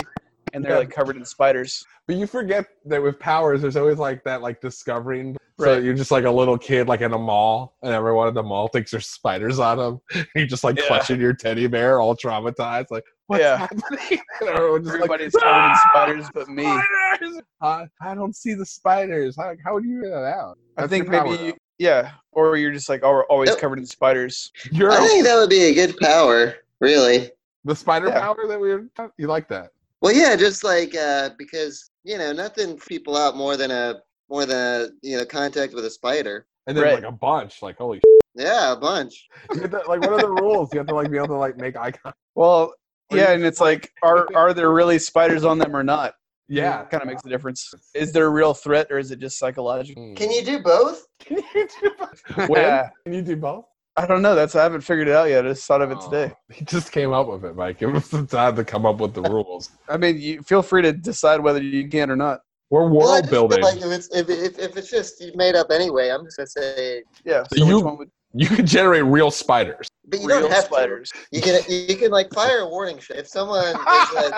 Speaker 2: and they're
Speaker 3: Yeah.
Speaker 2: like covered in spiders.
Speaker 3: But you forget that with powers, there's always like that like discovering. So
Speaker 2: Right.
Speaker 3: you're just like a little kid, like in a mall, and everyone at the mall thinks there's spiders on them. You're just like
Speaker 2: Yeah.
Speaker 3: clutching your teddy bear, all traumatized. Like what's
Speaker 2: yeah,
Speaker 3: happening? And everyone's just like, "Ah,
Speaker 2: everybody's covered in spiders but me.
Speaker 3: spiders. Uh, I don't see the spiders. How, how would you figure that out?
Speaker 2: I
Speaker 3: That's
Speaker 2: think
Speaker 3: your
Speaker 2: maybe
Speaker 3: power,
Speaker 2: you, yeah, or you're just like al- always
Speaker 6: Yep.
Speaker 2: covered in spiders.
Speaker 3: You're
Speaker 6: I think that would be a good power, really.
Speaker 3: the spider
Speaker 2: Yeah.
Speaker 3: power that we were. You like that?
Speaker 6: Well, yeah, just like uh, because you know nothing freaks people out more than a more than a you know contact with a spider.
Speaker 3: And then
Speaker 2: Right.
Speaker 3: like a bunch. Like holy.
Speaker 6: Yeah, a bunch.
Speaker 3: You have to, like what are the rules? You have to like be able to like make eye contact.
Speaker 2: Well,
Speaker 3: Or
Speaker 2: yeah,
Speaker 3: you-
Speaker 2: and it's like, are are there really spiders on them or not?
Speaker 3: Yeah.
Speaker 2: kind of makes a difference. Is there a real threat or is it just psychological?
Speaker 6: Can you do both?
Speaker 3: Can you do both? When? Can you do both?
Speaker 2: I don't know. That's I haven't figured it out yet. I just thought of it today.
Speaker 3: Oh, He just came up with it, Mike. Give him some time to come up with the rules.
Speaker 2: I mean, you feel free to decide whether you can or not.
Speaker 3: We're
Speaker 6: Well, I
Speaker 3: world
Speaker 6: just feel
Speaker 3: building.
Speaker 6: Like if it's if, if, if it's just made up anyway, I'm just gonna say.
Speaker 2: Yeah. So
Speaker 3: You-
Speaker 2: which one would
Speaker 3: You can generate real spiders.
Speaker 6: But you
Speaker 2: real
Speaker 6: don't have to.
Speaker 2: spiders?
Speaker 6: You can you can like fire a warning shot. If someone is like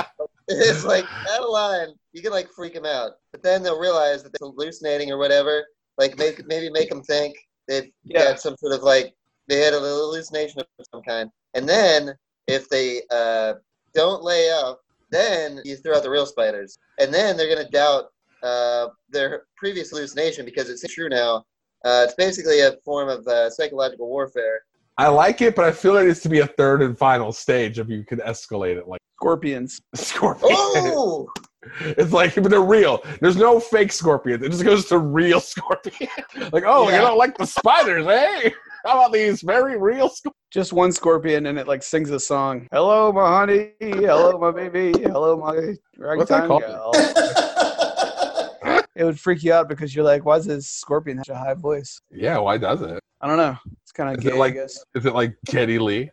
Speaker 6: is like out of line, you can like freak them out. But then they'll realize that they're hallucinating or whatever. Like make maybe make them think they've
Speaker 2: Yeah.
Speaker 6: got some sort of like they had a hallucination of some kind. And then if they uh, don't lay up, then you throw out the real spiders. And then they're gonna doubt uh, their previous hallucination because it's true now. Uh, it's basically a form of uh, psychological warfare.
Speaker 3: I like it, but I feel there needs to be a third and final stage if you could escalate it like
Speaker 2: Scorpions.
Speaker 3: scorpion.
Speaker 6: Oh.
Speaker 3: It's like but they're real. There's no fake scorpion. It just goes to real scorpion. like, oh,
Speaker 6: Yeah.
Speaker 3: you don't like the spiders, eh? How about these very real scorpions?
Speaker 2: Just one scorpion and it like sings a song. Hello, my honey. Hello, my baby. Hello, my ragtime
Speaker 3: called?
Speaker 2: gal.
Speaker 6: yeah,
Speaker 2: It would freak you out because you're like, why does this scorpion have such a high voice?
Speaker 3: Yeah, why does it?
Speaker 2: I don't know. It's kind of
Speaker 3: Is
Speaker 2: gay,
Speaker 3: it like-
Speaker 2: I guess.
Speaker 3: Is it like Jetty Lee?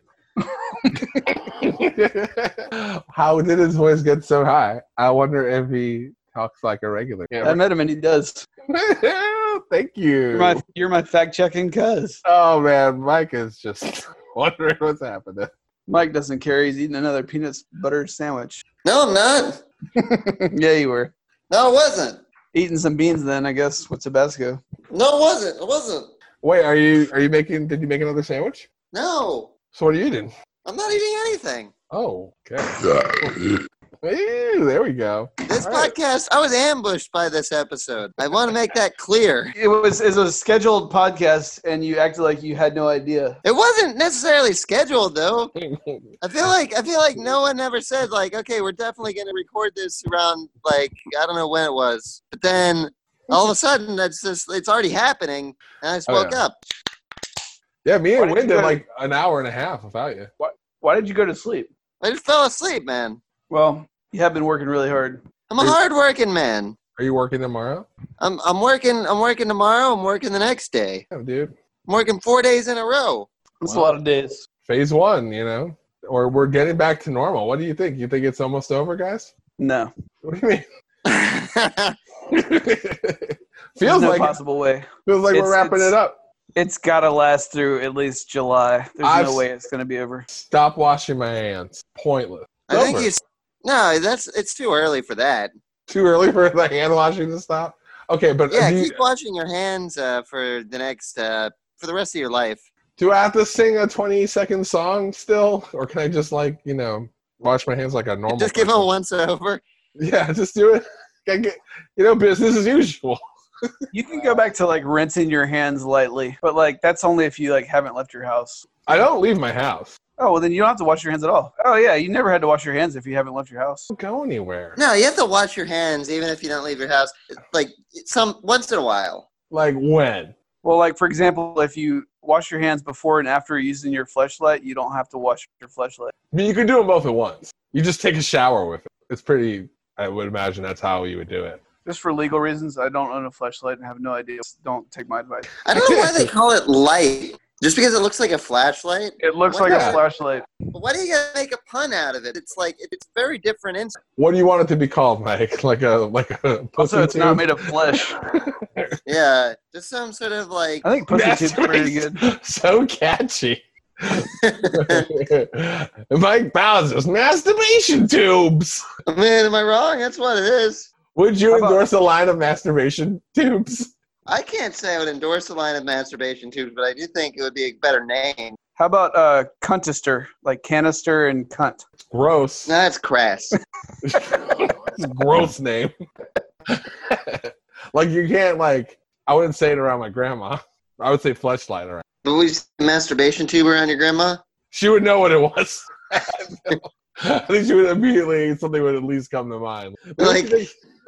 Speaker 3: How did his voice get so high? I wonder if he talks like a regular.
Speaker 2: I met him and he does.
Speaker 3: Thank you.
Speaker 2: You're my, you're my fact checking cuz.
Speaker 3: Oh man, Mike is just wondering what's happening.
Speaker 2: Mike doesn't care. He's eating another peanut butter sandwich.
Speaker 6: No, I'm not.
Speaker 2: yeah, you were.
Speaker 6: No, I wasn't.
Speaker 2: Eating some beans then, I guess, with Tabasco.
Speaker 6: No, it wasn't. It wasn't.
Speaker 3: Wait, are you are you making? Did you make another sandwich?
Speaker 6: No,
Speaker 3: So what are you eating?
Speaker 6: I'm not eating anything.
Speaker 3: Oh, okay. Ew, there we go.
Speaker 6: This podcast, I was ambushed by this episode. I want to make that clear.
Speaker 2: It was it was a scheduled podcast, and you acted like you had no idea.
Speaker 6: It wasn't necessarily scheduled though. I feel like I feel like no one ever said like, okay, we're definitely going to record this around like I don't know when it was, but then all of a sudden that's just it's already happening, and I just
Speaker 3: Oh,
Speaker 6: woke
Speaker 3: yeah.
Speaker 6: up.
Speaker 3: Yeah, me and Wynn
Speaker 2: you
Speaker 3: did
Speaker 2: go-
Speaker 3: like an hour and a half without you.
Speaker 2: Why did you go to sleep?
Speaker 6: I just fell asleep, man.
Speaker 2: Well, you have been working really hard.
Speaker 6: I'm a hardworking man.
Speaker 3: Are you working tomorrow?
Speaker 6: I'm I'm working I'm working tomorrow. I'm working the next day.
Speaker 3: Yeah, dude.
Speaker 6: I'm working four days in a row.
Speaker 2: That's a lot of days.
Speaker 3: Phase one, you know? Or we're getting back to normal. What do you think? You think it's almost over, guys?
Speaker 2: No,
Speaker 3: What do you mean? feels
Speaker 2: There's no
Speaker 3: like
Speaker 2: possible way.
Speaker 3: feels like
Speaker 2: It's-
Speaker 3: we're wrapping
Speaker 2: it's-
Speaker 3: it up.
Speaker 2: It's got to last through at least July. There's
Speaker 3: I've-
Speaker 2: no way it's going to be over.
Speaker 3: Stop washing my hands. Pointless.
Speaker 6: I think
Speaker 3: Over.
Speaker 6: you. s- No, that's it's too early for that.
Speaker 3: Too early for the hand washing to stop. Okay, but
Speaker 6: Yeah,
Speaker 3: do, you,
Speaker 6: keep washing your hands uh, for the next uh, for the rest of your life.
Speaker 3: do I have to sing a twenty second song still, or can I just like you know wash my hands like
Speaker 2: Oh
Speaker 3: a normal?
Speaker 6: Just give them a once over.
Speaker 3: Yeah, just do it. Can get- you know, business as usual.
Speaker 2: You can go back to like rinsing your hands lightly, but like that's only if you like haven't left your house.
Speaker 3: I don't leave my house.
Speaker 2: Oh well, then you don't have to wash your hands at all. Oh yeah, you never had to wash your hands if you haven't left your house.
Speaker 3: Don't go anywhere.
Speaker 6: No, you have to wash your hands even if you don't leave your house. Like some once in a while.
Speaker 3: Like when?
Speaker 2: Well, like for example, if you wash your hands before and after using your fleshlight, you don't have to wash your fleshlight.
Speaker 3: I mean, you can do them both at once. You just take a shower with it. It's pretty. I would imagine that's how you would do it.
Speaker 2: Just for legal reasons, I don't own a fleshlight and have no idea. Don't take my advice.
Speaker 6: I don't know why they call it light. Just because it looks like a flashlight.
Speaker 2: It looks
Speaker 6: Why
Speaker 2: like
Speaker 6: not?
Speaker 2: a flashlight.
Speaker 6: But Why do you gotta make a pun out of it? It's like it's very different. In-
Speaker 3: What do you want it to be called, Mike? Like a like a pussy
Speaker 2: Also, it's not
Speaker 3: tube?
Speaker 2: made of flesh.
Speaker 6: yeah, just some sort of like.
Speaker 2: I think pussy
Speaker 3: That's
Speaker 2: tube's pretty good.
Speaker 3: so catchy. Mike Bowser's masturbation tubes.
Speaker 6: Man, am I wrong? That's what it is.
Speaker 3: Would you
Speaker 2: How about-
Speaker 3: endorse a line of masturbation tubes?
Speaker 6: I can't say I would endorse the line of masturbation tubes, but I do think it would be a better name.
Speaker 2: How about uh, cuntister, like canister and cunt?
Speaker 3: Gross.
Speaker 6: No, that's crass.
Speaker 3: That's a gross name. like you can't like I wouldn't say it around my grandma. I would say fleshlight around.
Speaker 6: but we just masturbation tube around your grandma.
Speaker 3: She would know what it was. I think she would immediately something would at least come to mind.
Speaker 6: Like-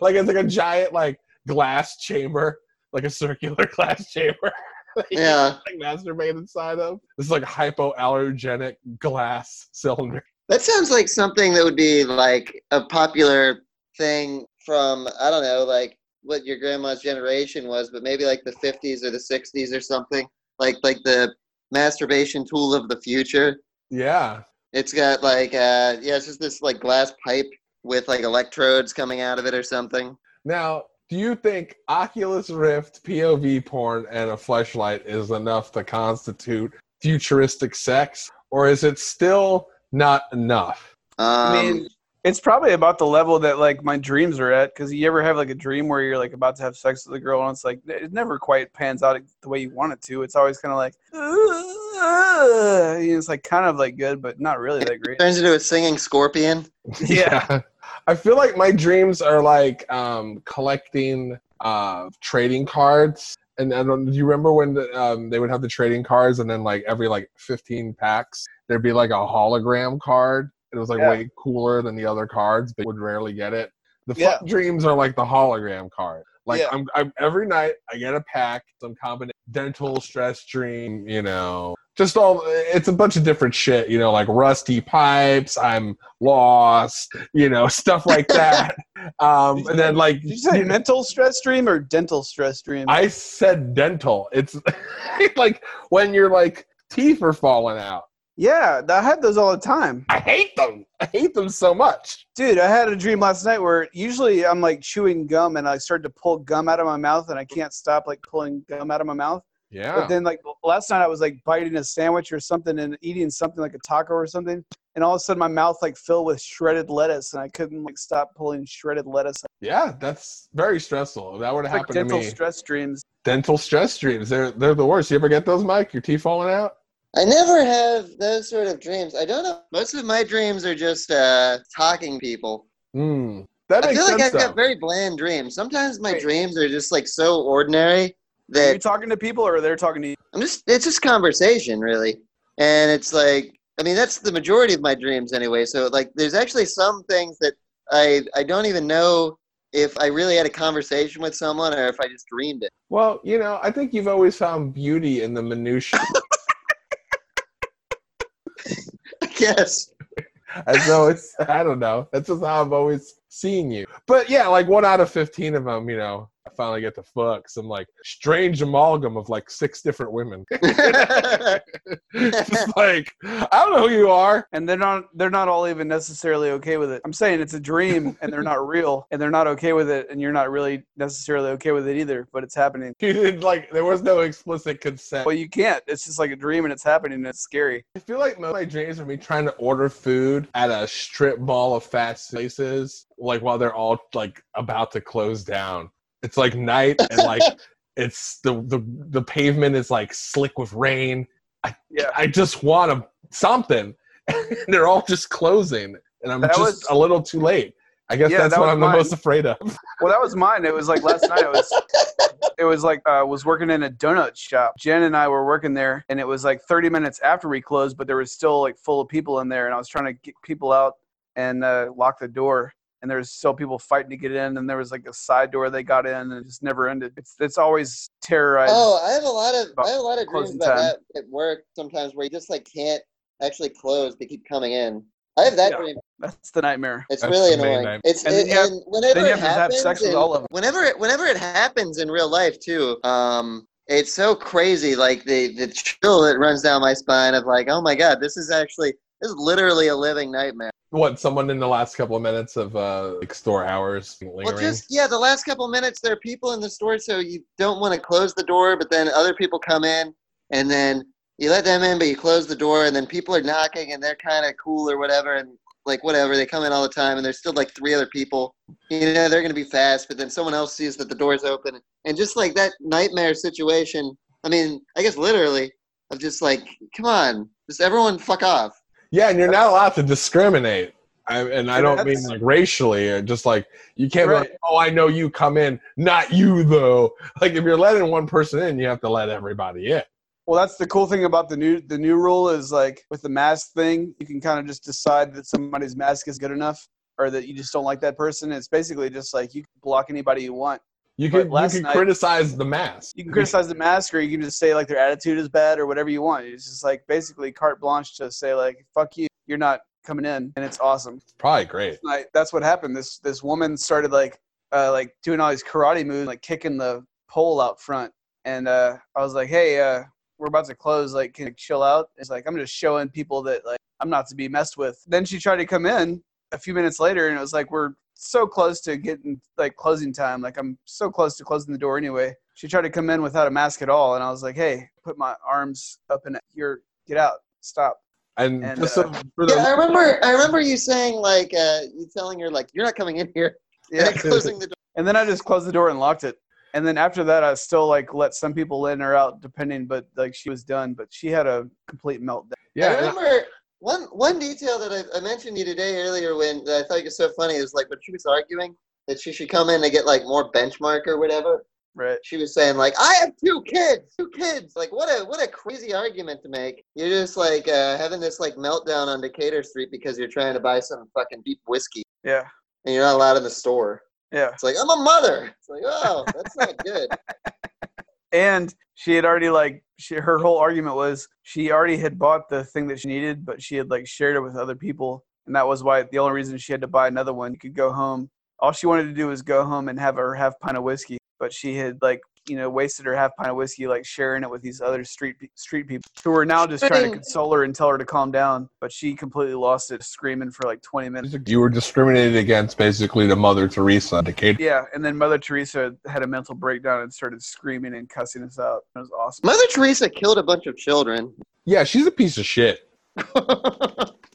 Speaker 3: like it's like a giant like glass chamber, like a circular glass chamber. that you
Speaker 6: Yeah.
Speaker 3: like masturbate inside of. This is like hypoallergenic glass cylinder.
Speaker 6: That sounds like something that would be like a popular thing from I don't know, like what your grandma's generation was, but maybe like the fifties or the sixties or something. Like like the masturbation tool of the future.
Speaker 3: Yeah.
Speaker 6: It's got like uh yeah, it's just this like glass pipe with like electrodes coming out of it or something.
Speaker 3: Now, do you think Oculus Rift, POV porn, and a fleshlight is enough to constitute futuristic sex, or is it still not enough?
Speaker 6: Um,
Speaker 2: I mean, it's probably about the level that like my dreams are at. Because you ever have like a dream where you're like about to have sex with a girl, and it's like it never quite pans out the way you want it to. It's always kind of like, "Ugh." You know, it's like kind of like good, but not really that great.
Speaker 6: turns into a singing scorpion.
Speaker 2: Yeah.
Speaker 3: I feel like my dreams are like um, collecting uh, trading cards. And I don't, do you remember when the, um, they would have the trading cards and then like every like 15 packs, there'd be like a hologram card. It was like
Speaker 2: Yeah.
Speaker 3: way cooler than the other cards, but would rarely get it. The fun
Speaker 2: Yeah.
Speaker 3: dreams are like the hologram card. Like
Speaker 2: Yeah.
Speaker 3: I'm, I'm every night I get a pack, some combination dental stress dream, you know, just all it's a bunch of different shit, you know, like rusty pipes, I'm lost, you know, stuff like that. um, and then like
Speaker 2: Did you say mental stress dream or dental stress dream?
Speaker 3: I said dental. It's like when your like teeth are falling out.
Speaker 2: Yeah, I had those all the time.
Speaker 3: I hate them. I hate them so much.
Speaker 2: Dude, I had a dream last night where usually I'm like chewing gum and I start to pull gum out of my mouth and I can't stop like pulling gum out of my mouth.
Speaker 3: Yeah.
Speaker 2: But then like last night I was like biting a sandwich or something and eating something like a taco or something and all of a sudden my mouth like filled with shredded lettuce and I couldn't like stop pulling shredded lettuce.
Speaker 3: yeah, that's very stressful. That would
Speaker 2: It's
Speaker 3: have
Speaker 2: like
Speaker 3: happened
Speaker 2: dental
Speaker 3: to me.
Speaker 2: stress dreams.
Speaker 3: dental stress dreams. They're they're the worst. You ever get those, Mike? Your teeth falling out?
Speaker 6: I never have those sort of dreams. I don't know. Most of my dreams are just uh, talking people.
Speaker 3: Hmm. That
Speaker 6: I
Speaker 3: makes
Speaker 6: feel like
Speaker 3: sense
Speaker 6: I've
Speaker 3: though.
Speaker 6: got very bland dreams. Sometimes my dreams are just like so
Speaker 2: Are
Speaker 6: ordinary
Speaker 2: you
Speaker 6: that
Speaker 2: talking to people or they're talking to you?
Speaker 6: I'm just it's just conversation really. And it's like I mean that's the majority of my dreams anyway. So like there's actually some things that I I don't even know if I really had a conversation with someone or if I just dreamed it.
Speaker 3: Well, you know, I think you've always found beauty in the minutiae.
Speaker 6: Yes.
Speaker 3: And so it's I don't know. That's just how I've always seen you. But yeah, like one out of fifteen of them, you know, I finally get to fuck some like strange amalgam of like six different women. just like I don't know who you are.
Speaker 2: And they're not they're not all even necessarily okay with it. I'm saying it's a dream and they're not real and they're not okay with it and you're not really necessarily okay with it either, but it's happening.
Speaker 3: You didn't like there was no explicit consent.
Speaker 2: Well, you can't. It's just like a dream and it's happening and it's scary.
Speaker 3: I feel like most of my dreams are me trying to order food at a strip mall of fast places, like while they're all like about to close down. It's like night and like it's the the, the pavement is like slick with rain. I I just want a, something. they're all just closing, and I'm
Speaker 2: That
Speaker 3: just
Speaker 2: was-
Speaker 3: a little too late. I guess
Speaker 2: Yeah,
Speaker 3: that's
Speaker 2: that
Speaker 3: what
Speaker 2: was
Speaker 3: I'm
Speaker 2: mine.
Speaker 3: the most afraid of.
Speaker 2: Well, that was mine. It was like last night. It was, it was like I was working in a donut shop. Jen and I were working there, and it was like 30 minutes after we closed, but there was still like full of people in there, and I was trying to get people out and uh, lock the door. And there was still people fighting to get in, and there was like a side door they got in, and it just never ended. It's it's always terrorized.
Speaker 6: Oh, I have a lot of I have a lot of dreams
Speaker 2: closing
Speaker 6: about
Speaker 2: time.
Speaker 6: that at work sometimes where you just like can't actually close. They keep coming in. I have that dream
Speaker 2: That's the nightmare.
Speaker 6: It's really annoying. It's
Speaker 2: and
Speaker 6: it,
Speaker 2: then you have-
Speaker 6: and whenever
Speaker 2: then you have
Speaker 6: it
Speaker 2: to have
Speaker 6: happens,
Speaker 2: sex with
Speaker 6: and
Speaker 2: all of them.
Speaker 6: whenever it, whenever it happens in real life too, um, it's so crazy. Like the the chill that runs down my spine of like, oh my god, this is actually this is literally a living nightmare.
Speaker 3: What someone in the last couple of minutes of uh, like store hours lingering.
Speaker 6: Well, just yeah, the last couple minutes there are people in the store, so you don't want to close the door, but then other people come in, and then you let them in, but you close the door, and then people are knocking, and they're kind of cool or whatever, and like whatever, they come in all the time, and there's still like three other people. You know, they're gonna be fast, but then someone else sees that the door's open, and just like that nightmare situation. I mean, I guess literally, of just like, come on, just everyone fuck off.
Speaker 3: Yeah, and you're not allowed to discriminate. I, and I
Speaker 6: Yeah,
Speaker 3: don't
Speaker 6: that's-
Speaker 3: mean like racially, or just like you can't be
Speaker 6: Right.
Speaker 3: like, oh, I know you come in, not you though. Like if you're letting one person in, you have to let everybody in.
Speaker 2: Well, that's the cool thing about the new the new rule is like with the mask thing, you can kind of just decide that somebody's mask is good enough or that you just don't like that person. It's basically just like you can block anybody you want.
Speaker 3: You
Speaker 2: But
Speaker 3: can you
Speaker 2: last
Speaker 3: can
Speaker 2: night-
Speaker 3: criticize the mask.
Speaker 2: You can criticize the mask or you can just say like their attitude is bad or whatever you want. It's just like basically carte blanche to say like fuck you, you're not coming in, and it's awesome.
Speaker 3: Probably great.
Speaker 2: Like that's what happened. This this woman started like uh, like doing all these karate moves, like kicking the pole out front, and uh, I was like, hey, uh, we're about to close. Like, can you chill out? It's like I'm just showing people that like I'm not to be messed with. Then she tried to come in a few minutes later, and it was like we're so close to getting like closing time. Like I'm so close to closing the door anyway. She tried to come in without a mask at all, and I was like, hey, put my arms up and here, get out, stop.
Speaker 3: And,
Speaker 2: And,
Speaker 3: just
Speaker 2: uh,
Speaker 3: so- for the,
Speaker 6: Yeah, I remember. I remember you saying like uh, you telling her like you're not coming in here.
Speaker 2: Yeah.
Speaker 6: And closing the door.
Speaker 2: And then I just closed the door and locked it. And then after that, I still like let some people in or out depending, but like she was done. But she had a complete meltdown.
Speaker 6: I remember one one detail that I, I mentioned to you today earlier when that I thought you was so funny is like when she was arguing that she should come in and get like more benchmark or whatever.
Speaker 2: Right.
Speaker 6: She was saying like I have two kids, two kids. Like what a what a crazy argument to make. You're just like uh, having this like meltdown on Decatur Street because you're trying to buy some fucking deep whiskey
Speaker 2: Yeah.
Speaker 6: and you're not allowed in the store.
Speaker 2: Yeah.
Speaker 6: It's like I'm a mother. It's like oh that's not good.
Speaker 2: And she had already like she her whole argument was she already had bought the thing that she needed, but she had like shared it with other people, and that was why the only reason she had to buy another one. You could go home. All she wanted to do was go home and have her half pint of whiskey, but she had like you know wasted her half pint of whiskey like sharing it with these other street pe- street people who were now just trying to console her and tell her to calm down but she completely lost it screaming for like 20 minutes
Speaker 3: You were discriminated against basically to Mother Teresa. To Kate.
Speaker 2: yeah and then mother teresa had a mental breakdown and started screaming and cussing us out it was awesome
Speaker 6: Mother Teresa killed a bunch of children.
Speaker 3: Yeah, she's a piece of shit.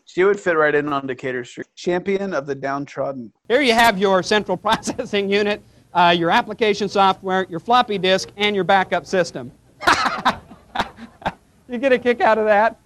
Speaker 2: she would fit right in on decatur street champion of the downtrodden
Speaker 12: Here you have your central processing unit, uh, your application software, your floppy disk, and your backup system. you get a kick out of that.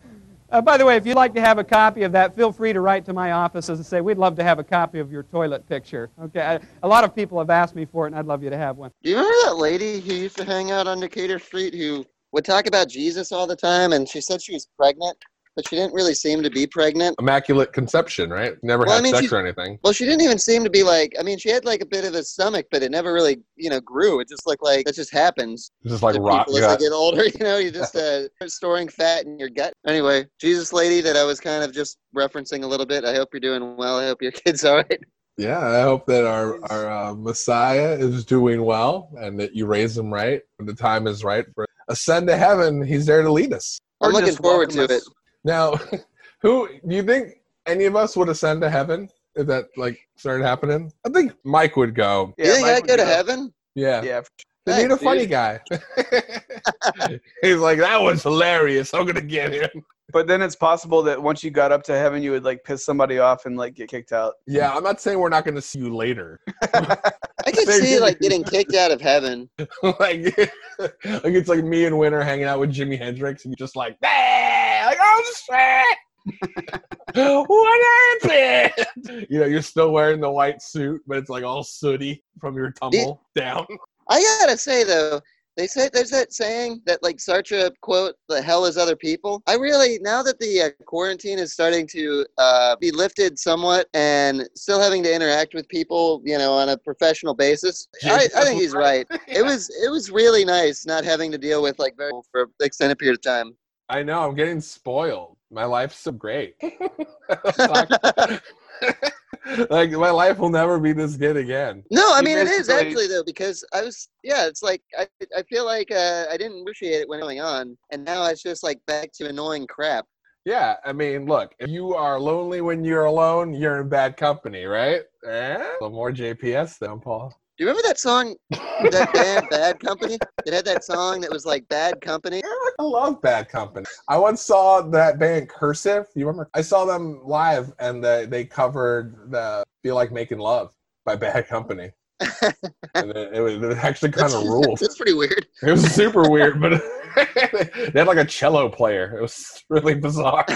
Speaker 12: Uh, by the way, if you'd like to have a copy of that, feel free to write to my office and say, we'd love to have a copy of your toilet picture. Okay, I, a lot of people have asked me for it, and I'd love you to have one.
Speaker 6: Do you remember that lady who used to hang out on Decatur Street who would talk about Jesus all the time? And she said she was pregnant, but she didn't really seem to be pregnant.
Speaker 3: Immaculate conception, right? Never
Speaker 6: Well, I
Speaker 3: had
Speaker 6: mean,
Speaker 3: sex
Speaker 6: she's-
Speaker 3: or anything.
Speaker 6: Well, she didn't even seem to be like. I mean, she had like a bit of a stomach, but it never really, you know, grew. It just looked like that just happens.
Speaker 3: It's Just like
Speaker 6: to
Speaker 3: rock.
Speaker 6: people as they get older, you know, you just uh, start storing fat in your gut. Anyway, Jesus lady that I was kind of just referencing a little bit. I hope you're doing well. I hope your kids all right.
Speaker 3: Yeah, I hope that our our uh, Messiah is doing well and that you raise him right. when The time is right for ascend to heaven. He's there to lead us.
Speaker 6: I'm looking forward to it.
Speaker 3: Now, who do you think any of us would ascend to heaven if that like started happening? I think Mike would go.
Speaker 6: you think I go to heaven?
Speaker 3: Yeah.
Speaker 2: Yeah.
Speaker 3: They
Speaker 6: Thanks,
Speaker 3: need a funny
Speaker 6: dude.
Speaker 3: guy. He's like, that was hilarious. I'm gonna get him.
Speaker 2: but then it's possible that once you got up to heaven you would like piss somebody off and like get kicked out
Speaker 3: Yeah, I'm not saying we're not gonna see you later.
Speaker 6: I could see like getting kicked out of heaven.
Speaker 3: like, like it's like me and Winter hanging out with Jimi Hendrix, and you're just like, "Ah," like oh shit. what happened? You know, you're still wearing the white suit, but it's like all sooty from your tumble down.
Speaker 6: I gotta say though, they say there's that saying that like Sartre quote, "The hell is other people." I really now that the uh, quarantine is starting to uh, be lifted somewhat, and still having to interact with people, you know, on a professional basis, I, I think he's right. It was it was really nice not having to deal with like very for an extended period of time.
Speaker 3: I know, I'm getting spoiled. My life's so great. like my life will never be this good again.
Speaker 6: No, I mean it is actually though because I was yeah, it's like I I feel like uh, I didn't appreciate it when going on, and now it's just like back to annoying crap.
Speaker 3: Yeah, I mean, look, if you are lonely when you're alone, you're in bad company, right? Eh? A little more JPS then, Paul.
Speaker 6: Do you remember that song, that band Bad Company? It had that song that was like Bad Company.
Speaker 3: I love Bad Company. I once saw that band Cursive. You remember? I saw them live, and they they covered the "Feel Like Making Love" by Bad Company. and it, it was, it was actually kind of ruled.
Speaker 6: That's pretty weird.
Speaker 3: It was super weird, but they had like a cello player. It was really bizarre.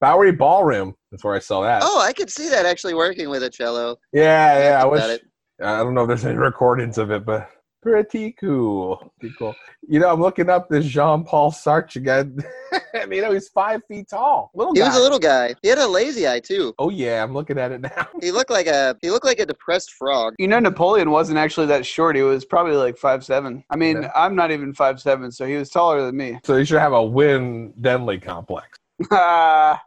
Speaker 3: Bowery Ballroom. That's where I saw that.
Speaker 6: Oh, I could see that actually working with a cello.
Speaker 3: yeah, yeah. I
Speaker 6: about
Speaker 3: wish.
Speaker 6: it.
Speaker 3: I don't know if there's any recordings of it, but pretty cool. Pretty cool. You know, I'm looking up this Jean-Paul Sartre guy. I mean, you know, he's five feet tall. Little
Speaker 6: He
Speaker 3: guy.
Speaker 6: was a little guy. He had a lazy eye too.
Speaker 3: Oh yeah, I'm looking at it now.
Speaker 6: He looked like a he looked like a depressed frog.
Speaker 2: You know, Napoleon wasn't actually that short. He was probably like five seven. I mean, I'm not even five seven, so he was taller than me.
Speaker 3: So you should have a Win Denley complex.
Speaker 2: Ah,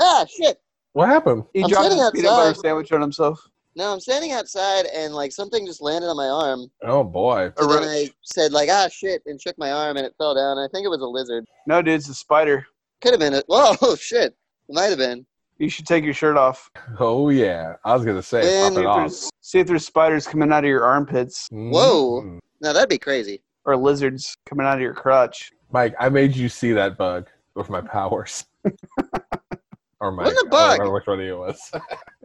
Speaker 6: Ah, shit.
Speaker 3: What happened?
Speaker 2: he
Speaker 6: I'm
Speaker 2: dropped
Speaker 6: sitting
Speaker 2: his peanut butter
Speaker 6: outside.
Speaker 2: sandwich on himself.
Speaker 6: No, I'm standing outside and like something just landed on my arm.
Speaker 3: Oh boy.
Speaker 6: And then I said like ah shit and shook my arm and it fell down. I think it was a lizard.
Speaker 2: No, dude, it's a spider.
Speaker 6: Could have been a whoa shit. It might have been.
Speaker 2: You should take your shirt off.
Speaker 3: Oh yeah. I was gonna say pop it
Speaker 6: Then-
Speaker 2: See if,
Speaker 3: off. Mm-hmm.
Speaker 2: there's, see if there's spiders coming out of your armpits
Speaker 6: Whoa. Now that'd be crazy.
Speaker 2: or lizards coming out of your crotch.
Speaker 3: Mike, I made you see that bug with my powers. or Mike.
Speaker 2: Wasn't a bug.
Speaker 3: I don't remember which one of you it was.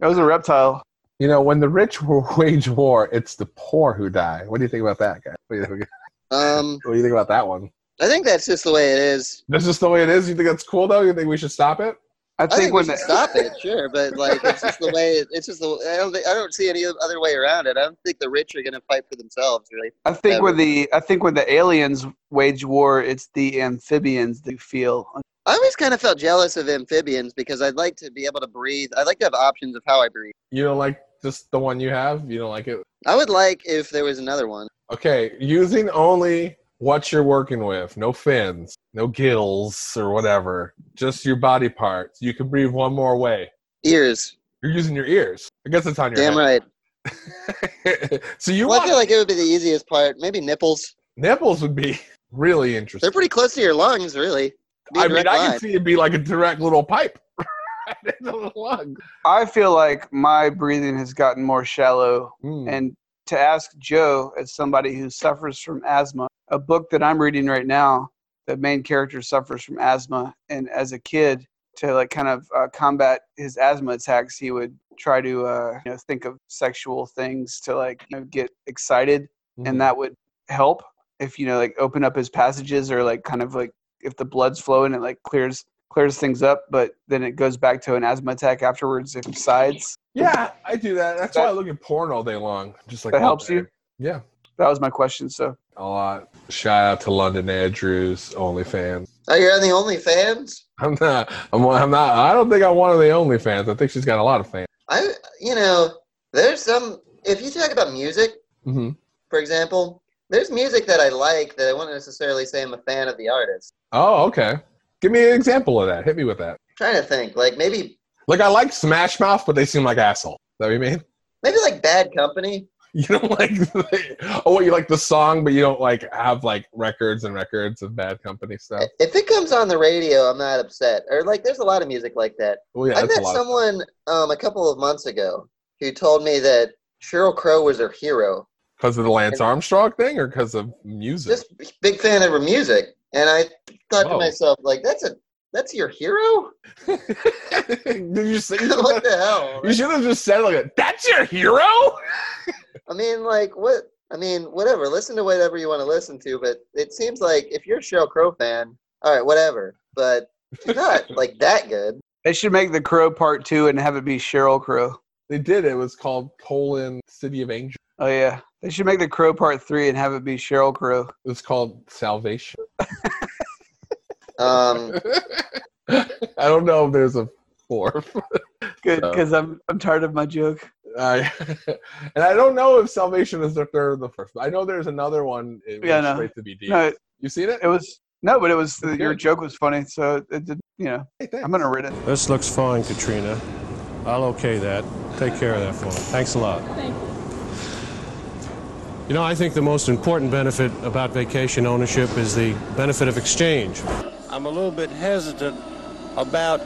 Speaker 2: It was a reptile.
Speaker 3: you know, when the rich w- wage war, it's the poor who die. What do you think about that, guy? What do you think,
Speaker 6: Um,
Speaker 3: what do you think about that one?
Speaker 6: I think that's just the way it is.
Speaker 3: That's just the way it is. You think that's cool, though? You think we should stop it?
Speaker 2: I
Speaker 6: I think we should stop it, sure, but like it's just the way it's just the I don't think, I don't see any other way around it. I don't think the rich are going to fight for themselves, really.
Speaker 2: I think
Speaker 6: Ever.
Speaker 2: when the I think when the aliens wage war, it's the amphibians that feel.
Speaker 6: I always kind of felt jealous of amphibians because I'd like to be able to breathe. I'd like to have options of how I breathe.
Speaker 3: You don't like just the one you have? You don't like it?
Speaker 6: I would like if there was another one.
Speaker 3: Okay, using only what you're working with, no fins, no gills or whatever, just your body parts. You can breathe one more way.
Speaker 6: Ears.
Speaker 3: You're using your ears. I guess it's on your
Speaker 6: Damn
Speaker 3: head.
Speaker 6: right.
Speaker 3: so you
Speaker 6: Well, I
Speaker 3: want
Speaker 6: feel like it would be the easiest part. Maybe nipples.
Speaker 3: nipples would be really interesting.
Speaker 6: They're pretty close to your lungs, really. Be a
Speaker 3: I mean,
Speaker 6: direct
Speaker 3: I
Speaker 6: line.
Speaker 3: could see it be like a direct little pipe.
Speaker 2: I feel like my breathing has gotten more shallow.
Speaker 3: Hmm.
Speaker 2: And to ask Joe, as somebody who suffers from asthma, a book that I'm reading right now, the main character suffers from asthma, and as a kid, to like kind of uh, combat his asthma attacks, he would try to uh, you know think of sexual things to like you know, get excited, and that would help if you know like open up his passages or like kind of like if the blood's flowing, it like clears clears things up, but then it goes back to an asthma attack afterwards if sides.
Speaker 3: Yeah, I do that. That's why I look at porn all day long. Just like
Speaker 2: that
Speaker 3: all
Speaker 2: helps
Speaker 3: day.
Speaker 2: you.
Speaker 3: Yeah.
Speaker 2: That was my question. So
Speaker 3: a lot. Shout out to London Andrews, OnlyFans.
Speaker 6: Oh, you're on the OnlyFans?
Speaker 3: I'm not. I'm, I'm not. I don't think I'm one of the OnlyFans. I think she's got a lot of fans.
Speaker 6: I, you know, there's some. If you talk about music,
Speaker 3: hmm
Speaker 6: for example, there's music that I like that I wouldn't necessarily say I'm a fan of the artist.
Speaker 3: Oh, okay. Give me an example of that. Hit me with that.
Speaker 6: trying to think, like maybe,
Speaker 3: Like I like Smash Mouth, but they seem like assholes. Is that what you mean?
Speaker 6: maybe like Bad Company.
Speaker 3: You don't like. oh, what, you like the song, but you don't like have like records and records of Bad Company stuff.
Speaker 6: If it comes on the radio, I'm not upset. Or like, there's a lot of music like that.
Speaker 3: Well, yeah,
Speaker 6: I
Speaker 3: that's a
Speaker 6: met
Speaker 3: lot. of-
Speaker 6: someone um, a couple of months ago who told me that Cheryl Crow was her hero.
Speaker 3: Because of the Lance Armstrong thing, or because of music?
Speaker 6: Just big fan of her music, and I thought
Speaker 3: Whoa.
Speaker 6: to myself, like, that's a that's your hero.
Speaker 3: Did you say
Speaker 6: what the hell?
Speaker 3: You should have just said like, "That's your hero."
Speaker 6: I mean, like, what? I mean, whatever. Listen to whatever you want to listen to, but it seems like if you're a Cheryl Crow fan, all right, whatever. But she's not like that good.
Speaker 2: they should make the Crow part two and have it be Cheryl Crow.
Speaker 3: They did. It was called Poland City of Angels.
Speaker 2: Oh yeah, they should make the Crow part three and have it be Cheryl Crow.
Speaker 3: It's called Salvation.
Speaker 6: Um,
Speaker 3: I don't know if there's a fourth.
Speaker 2: Good,
Speaker 3: So-
Speaker 2: because I'm I'm tired of my joke.
Speaker 3: I, and I don't know if Salvation is the third or the first. I know there's another one. It
Speaker 2: Yeah,
Speaker 3: yeah,
Speaker 2: no.
Speaker 3: straight to be deep.
Speaker 2: No, it-
Speaker 3: you seen it?
Speaker 2: it was no, but it was
Speaker 3: It's
Speaker 2: your
Speaker 3: good.
Speaker 2: joke was funny, so it, it did. You know, I'm gonna read it.
Speaker 13: This looks fine, Katrina. I'll okay that. Take care of that for me. Thanks a lot. Thank you. You know, I think the most important benefit about vacation ownership is the benefit of exchange.
Speaker 14: I'm a little bit hesitant about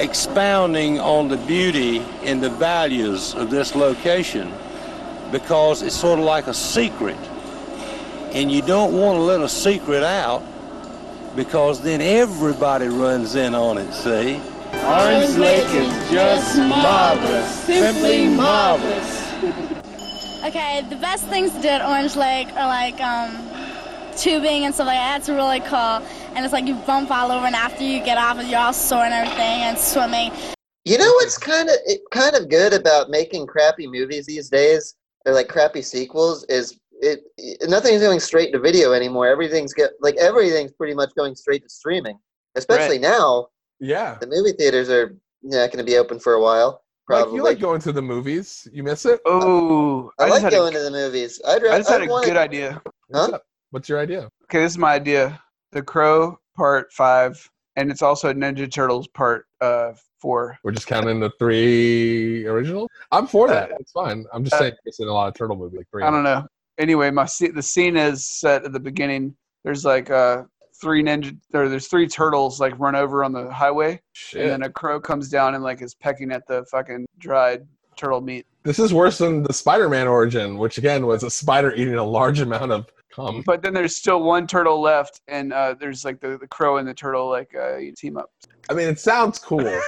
Speaker 14: expounding on the beauty and the values of this location because it's sort of like a secret. And you don't want to let a secret out because then everybody runs in on it, see?
Speaker 15: Orange Lake is just marvelous, simply marvelous.
Speaker 16: Okay, the best things to do at Orange Lake are like um, tubing and stuff like that. That's really cool. And it's like you bump all over, and after you get off, you're all sore and everything, and swimming.
Speaker 6: You know what's kind of kind of good about making crappy movies these days, or like crappy sequels, is it, it nothing's going straight to video anymore. Everything's get like everything's pretty much going straight to streaming, especially
Speaker 3: Right.
Speaker 6: now.
Speaker 3: Yeah.
Speaker 6: The movie theaters are not going to be open for a while.
Speaker 3: Like
Speaker 6: Probably.
Speaker 3: you like going to the movies. You miss it?
Speaker 2: Oh,
Speaker 6: I, like going to the movies. I'd, ra-
Speaker 2: I just had
Speaker 6: I'd
Speaker 2: a
Speaker 6: wanna-
Speaker 2: good idea.
Speaker 6: Huh?
Speaker 3: What's your idea?
Speaker 2: Okay, this is my idea. The Crow Part Five, and it's also Ninja Turtles Part uh, Four.
Speaker 3: We're just counting the three original. I'm for that. It's fine. I'm just
Speaker 2: Uh,
Speaker 3: saying it's in a lot of turtle movies. Like three.
Speaker 2: I don't know. Anyway, my sce- the scene is set at the beginning. There's like uh, three ninja. There, there's three turtles like run over on the highway,
Speaker 3: Shit.
Speaker 2: and then a crow comes down and like is pecking at the fucking dried turtle meat.
Speaker 3: This is worse than the Spider-Man origin, which again was a spider eating a large amount of cum.
Speaker 2: But then there's still one turtle left, and uh, there's like the, the crow and the turtle like uh, you team up.
Speaker 3: I mean, it sounds cool. and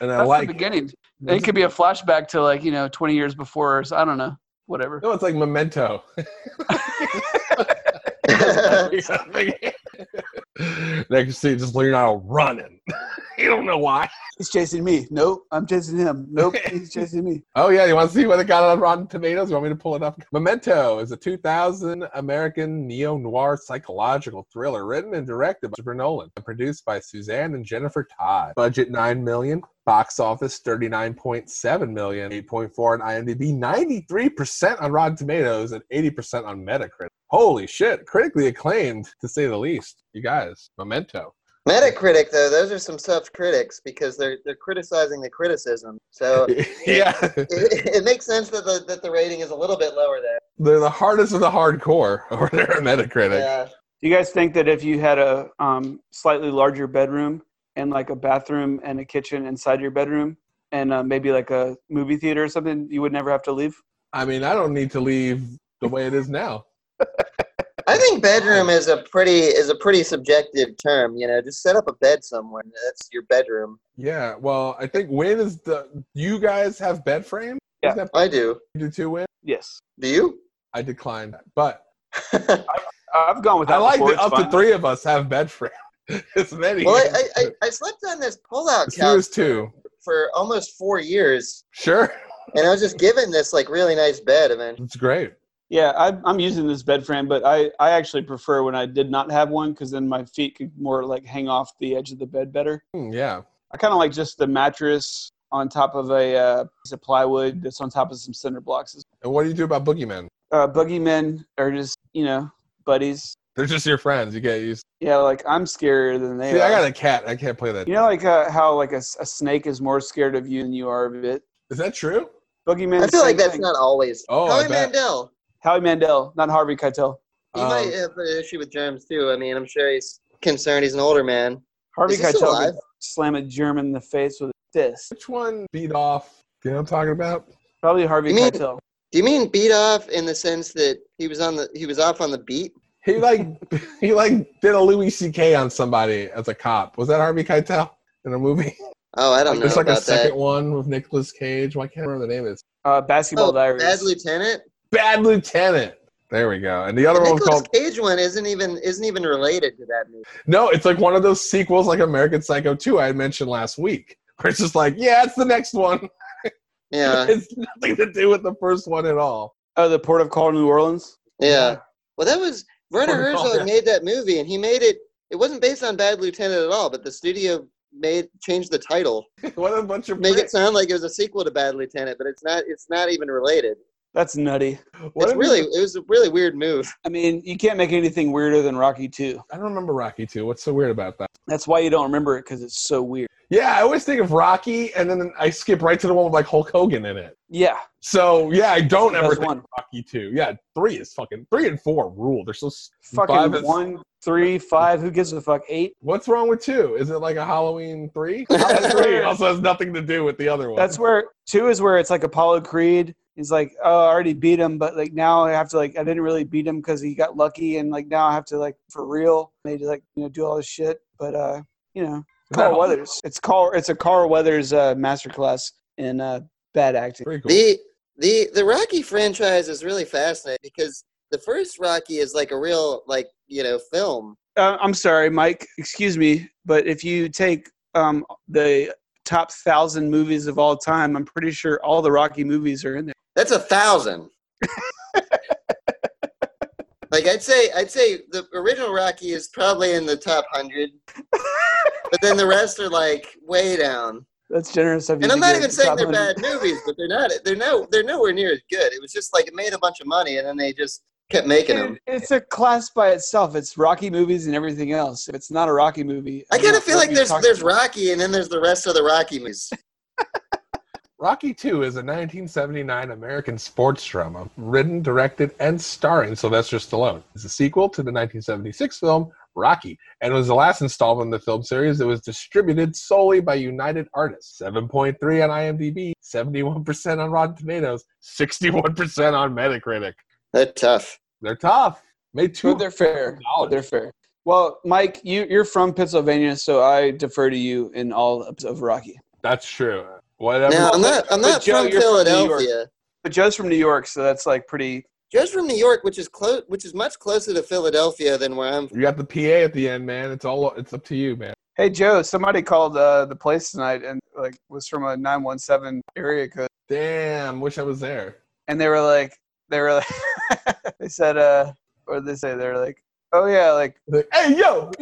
Speaker 3: I
Speaker 2: That's
Speaker 3: like
Speaker 2: the beginning.
Speaker 3: That's
Speaker 2: It could be a flashback to like you know 20 years before. Or, s- I don't know. Whatever.
Speaker 3: No, it's like Memento. next scene, just Leonardo running. you don't know why.
Speaker 2: He's chasing me. Nope. I'm chasing him. Nope. He's chasing me.
Speaker 3: Oh yeah, you want to see what it got on Rotten Tomatoes? You want me to pull it up? Memento is a 2000 American neo-noir psychological thriller written and directed by Christopher Nolan and produced by Suzanne and Jennifer Todd. Budget 9 million, box office 39.7 million, 8.4 on IMDb, 93% on Rotten Tomatoes and 80% on Metacritic. Holy shit, critically acclaimed to say the least. You guys, Memento.
Speaker 6: Metacritic, though, those are some tough critics because they're they're criticizing the criticism. So
Speaker 3: yeah,
Speaker 6: it, it makes sense that the that the rating is a little bit lower there.
Speaker 3: They're the hardest of the hardcore over there at Metacritic.
Speaker 2: Do you guys think that if you had a um, slightly larger bedroom and like a bathroom and a kitchen inside your bedroom and uh, maybe like a movie theater or something, you would never have to leave?
Speaker 3: I mean, I don't need to leave the way it is now.
Speaker 6: I think bedroom is a pretty is a pretty subjective term. You know, just set up a bed somewhere. and That's your bedroom.
Speaker 3: Yeah, well, I think Win is the. You guys have bed frame?
Speaker 6: Yeah, I do.
Speaker 3: You do too, Win?
Speaker 2: Yes.
Speaker 6: Do you?
Speaker 3: I declined, but.
Speaker 2: I, have gone with
Speaker 3: I
Speaker 2: that
Speaker 3: like
Speaker 2: before,
Speaker 3: that
Speaker 2: it's
Speaker 3: up to
Speaker 2: fine.
Speaker 3: three of us have bed frame. it's many.
Speaker 6: Well, I, I, I, I slept on this pullout
Speaker 3: As few
Speaker 6: couch
Speaker 3: as two.
Speaker 6: for almost four years,
Speaker 3: Sure.
Speaker 6: and I was just given this like really nice bed eventually.
Speaker 3: It's great.
Speaker 2: Yeah, I, I'm using this bed frame, but I, I actually prefer when I did not have one because then my feet could more like hang off the edge of the bed better.
Speaker 3: Hmm, yeah.
Speaker 2: I kind of like just the mattress on top of a uh, piece of plywood that's on top of some cinder blocks.
Speaker 3: And what do you do about boogeymen?
Speaker 2: Uh, boogeymen are just, you know, buddies.
Speaker 3: They're just your friends. You get used.
Speaker 2: Yeah, like I'm scarier than they
Speaker 3: See,
Speaker 2: are.
Speaker 3: I got a cat. I can't play that.
Speaker 2: You know, like uh, how like a, s- a snake is more scared of you than you are of it.
Speaker 3: Is that true?
Speaker 2: Boogeyman.
Speaker 6: I feel like
Speaker 2: same
Speaker 6: that's
Speaker 2: thing.
Speaker 6: not always.
Speaker 3: Oh, I
Speaker 6: Howie
Speaker 3: bet.
Speaker 6: Mandel.
Speaker 2: Howie Mandel, not Harvey Keitel.
Speaker 6: He
Speaker 2: Um,
Speaker 6: might have an issue with germs too. I mean, I'm sure he's concerned. He's an older man.
Speaker 2: Harvey
Speaker 6: Is he still
Speaker 2: Keitel
Speaker 6: alive?
Speaker 2: could slam a German in the face with a fist.
Speaker 3: Which one beat off? You know what I'm talking about?
Speaker 2: Probably Harvey
Speaker 6: You mean-
Speaker 2: Keitel.
Speaker 6: Do you mean beat off in the sense that he was on the he was off on the beat?
Speaker 3: He like he like did a Louis C.K. on somebody as a cop. Was that Harvey Keitel in a movie?
Speaker 6: Oh, I
Speaker 3: Like,
Speaker 6: don't know
Speaker 3: There's like
Speaker 6: about
Speaker 3: a second
Speaker 6: that.
Speaker 3: one with Nicolas Cage. Why can't I remember the name of it?
Speaker 2: Uh, basketball
Speaker 6: Oh,
Speaker 2: diaries.
Speaker 6: Bad Lieutenant.
Speaker 3: Bad Lieutenant. There we go. And the other
Speaker 6: The
Speaker 3: one was
Speaker 6: Nicolas
Speaker 3: called
Speaker 6: Cage one isn't even isn't even related to that movie.
Speaker 3: No, it's like one of those sequels like American Psycho 2 I had mentioned last week. Where it's just like, yeah, it's the next one.
Speaker 6: Yeah,
Speaker 3: it's nothing to do with the first one at all.
Speaker 2: Oh, the Port of Call, New Orleans.
Speaker 6: yeah. Well, that was Werner
Speaker 3: What do you call
Speaker 6: Herzog
Speaker 3: that?
Speaker 6: made that movie, and he made it. It wasn't based on Bad Lieutenant at all, but the studio made changed the title,
Speaker 3: what a bunch of
Speaker 6: make it
Speaker 3: pricks.
Speaker 6: sound like it was a sequel to Bad Lieutenant, but it's not. It's not even related.
Speaker 2: That's nutty.
Speaker 3: What
Speaker 6: it's
Speaker 3: a-
Speaker 6: really it was a really weird move.
Speaker 2: I mean, you can't make anything weirder than Rocky Two.
Speaker 3: I don't remember Rocky 2. What's so weird about that?
Speaker 2: That's why you don't remember it because it's so weird.
Speaker 3: Yeah, I always think of Rocky and then I skip right to the one with like Hulk Hogan in it.
Speaker 2: Yeah,
Speaker 3: So yeah, I don't
Speaker 2: That's
Speaker 3: ever think
Speaker 2: one.
Speaker 3: of Rocky 2. Yeah, 3 is fucking 3 and 4 rule. They're so s- five
Speaker 2: fucking
Speaker 3: is-
Speaker 2: one, three, five. Who gives a fuck? Eight.
Speaker 3: What's wrong with 2? Is it like a Halloween 3?
Speaker 2: That's
Speaker 3: Three
Speaker 2: where,
Speaker 3: also has nothing to do with the other one.
Speaker 2: that's where two is where it's like Apollo Creed. He's like, oh, I already beat him, but like now I have to like I didn't really beat him because he got lucky, and like now I have to like for real. They just like you know do all this shit, but uh, you know, Carl
Speaker 3: No.
Speaker 2: Weathers. It's Carl. It's a Carl Weathers uh, masterclass in uh, bad acting.
Speaker 3: Pretty cool.
Speaker 6: The the the Rocky franchise is really fascinating because the first Rocky is like a real like you know film.
Speaker 2: uh, I'm sorry, Mike. Excuse me, but if you take um, the top thousand movies of all time, I'm pretty sure all the Rocky movies are in there.
Speaker 6: That's a thousand. like I'd say I'd say the original Rocky is probably in the top hundred. but then the rest are like way down.
Speaker 2: That's generous of you.
Speaker 6: And
Speaker 2: to
Speaker 6: I'm not
Speaker 2: give
Speaker 6: even
Speaker 2: the
Speaker 6: saying
Speaker 2: top
Speaker 6: they're
Speaker 2: 100.
Speaker 6: bad movies, but they're not they're no they're nowhere near as good. It was just like it made a bunch of money and then they just kept making them.
Speaker 2: Dude, It's a class by itself. It's Rocky movies and everything else. If it's not a Rocky movie,
Speaker 6: I
Speaker 2: don't
Speaker 6: kind
Speaker 2: know
Speaker 6: of feel
Speaker 2: what
Speaker 6: like
Speaker 2: you're
Speaker 6: there's
Speaker 2: talking
Speaker 6: there's
Speaker 2: about.
Speaker 6: Rocky and then there's the rest of the Rocky movies.
Speaker 3: Rocky II is a 1979 American sports drama written, directed, and starring Sylvester Stallone. It's a sequel to the 1976 film Rocky and was the last installment in the film series that was distributed solely by United Artists. 7.3 on IMDb, 71% on Rotten Tomatoes, 61% on Metacritic.
Speaker 6: They're tough.
Speaker 3: They're tough. Made two.
Speaker 2: But they're fair. But they're fair. Well, Mike, you you're from Pennsylvania, so I defer to you in all of Rocky.
Speaker 3: That's true. Whatever.
Speaker 6: Now I'm not I'm
Speaker 2: But
Speaker 6: not
Speaker 2: Joe,
Speaker 6: from
Speaker 2: you're from New York.
Speaker 6: Philadelphia.
Speaker 2: But Joe's from New York, so that's like pretty.
Speaker 6: Joe's from New York, which is close, which is much closer to Philadelphia than where I'm. from.
Speaker 3: You got the PA at the end, man. It's all. It's up to you, man.
Speaker 2: Hey Joe, somebody called uh, the place tonight and like was from a nine one seven area code,
Speaker 3: Damn. Wish I was there.
Speaker 2: and they were like, they were like, they said, uh, what did they say? They were like, oh yeah, like
Speaker 3: Like, hey, yo.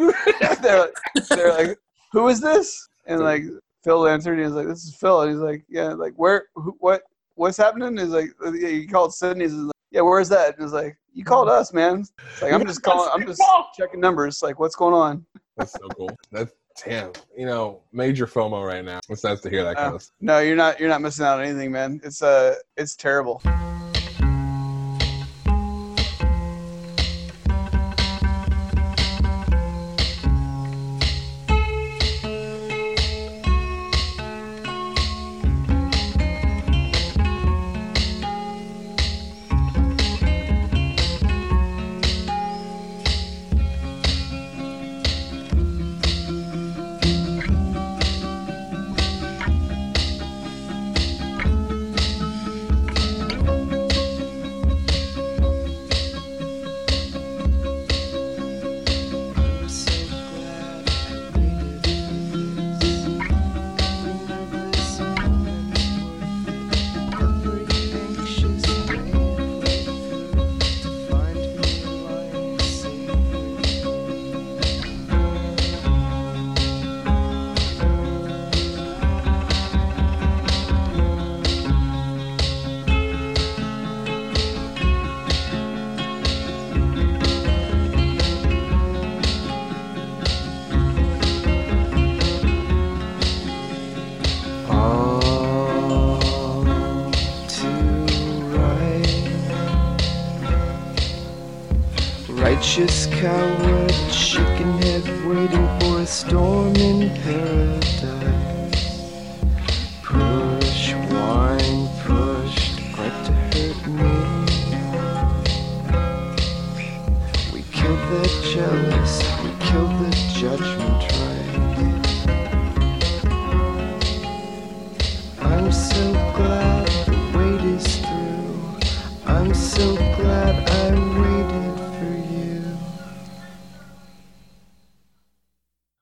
Speaker 2: they're like, they're like, who is this? And like Phil answered, and he was like, this is Phil, and he's like, yeah, like where, who, what, what's happening? He's like, "Oh, yeah, you called Sydney. He's like, yeah, where's that? And he's like, you called us, man. It's like I'm just calling, I'm just checking numbers. Like what's going on?
Speaker 3: That's so cool. That's damn. You know, major FOMO right now. It's nice to hear that kind of stuff.
Speaker 2: No, you're not. You're not missing out on anything, man. It's uh, it's terrible.
Speaker 17: Righteous coward, shaking head, waiting for a storm in paradise. Push, wine, pushed, like to hurt me. We killed the jealous, we killed the judgment right. I'm so glad the wait is through. I'm so glad I waited.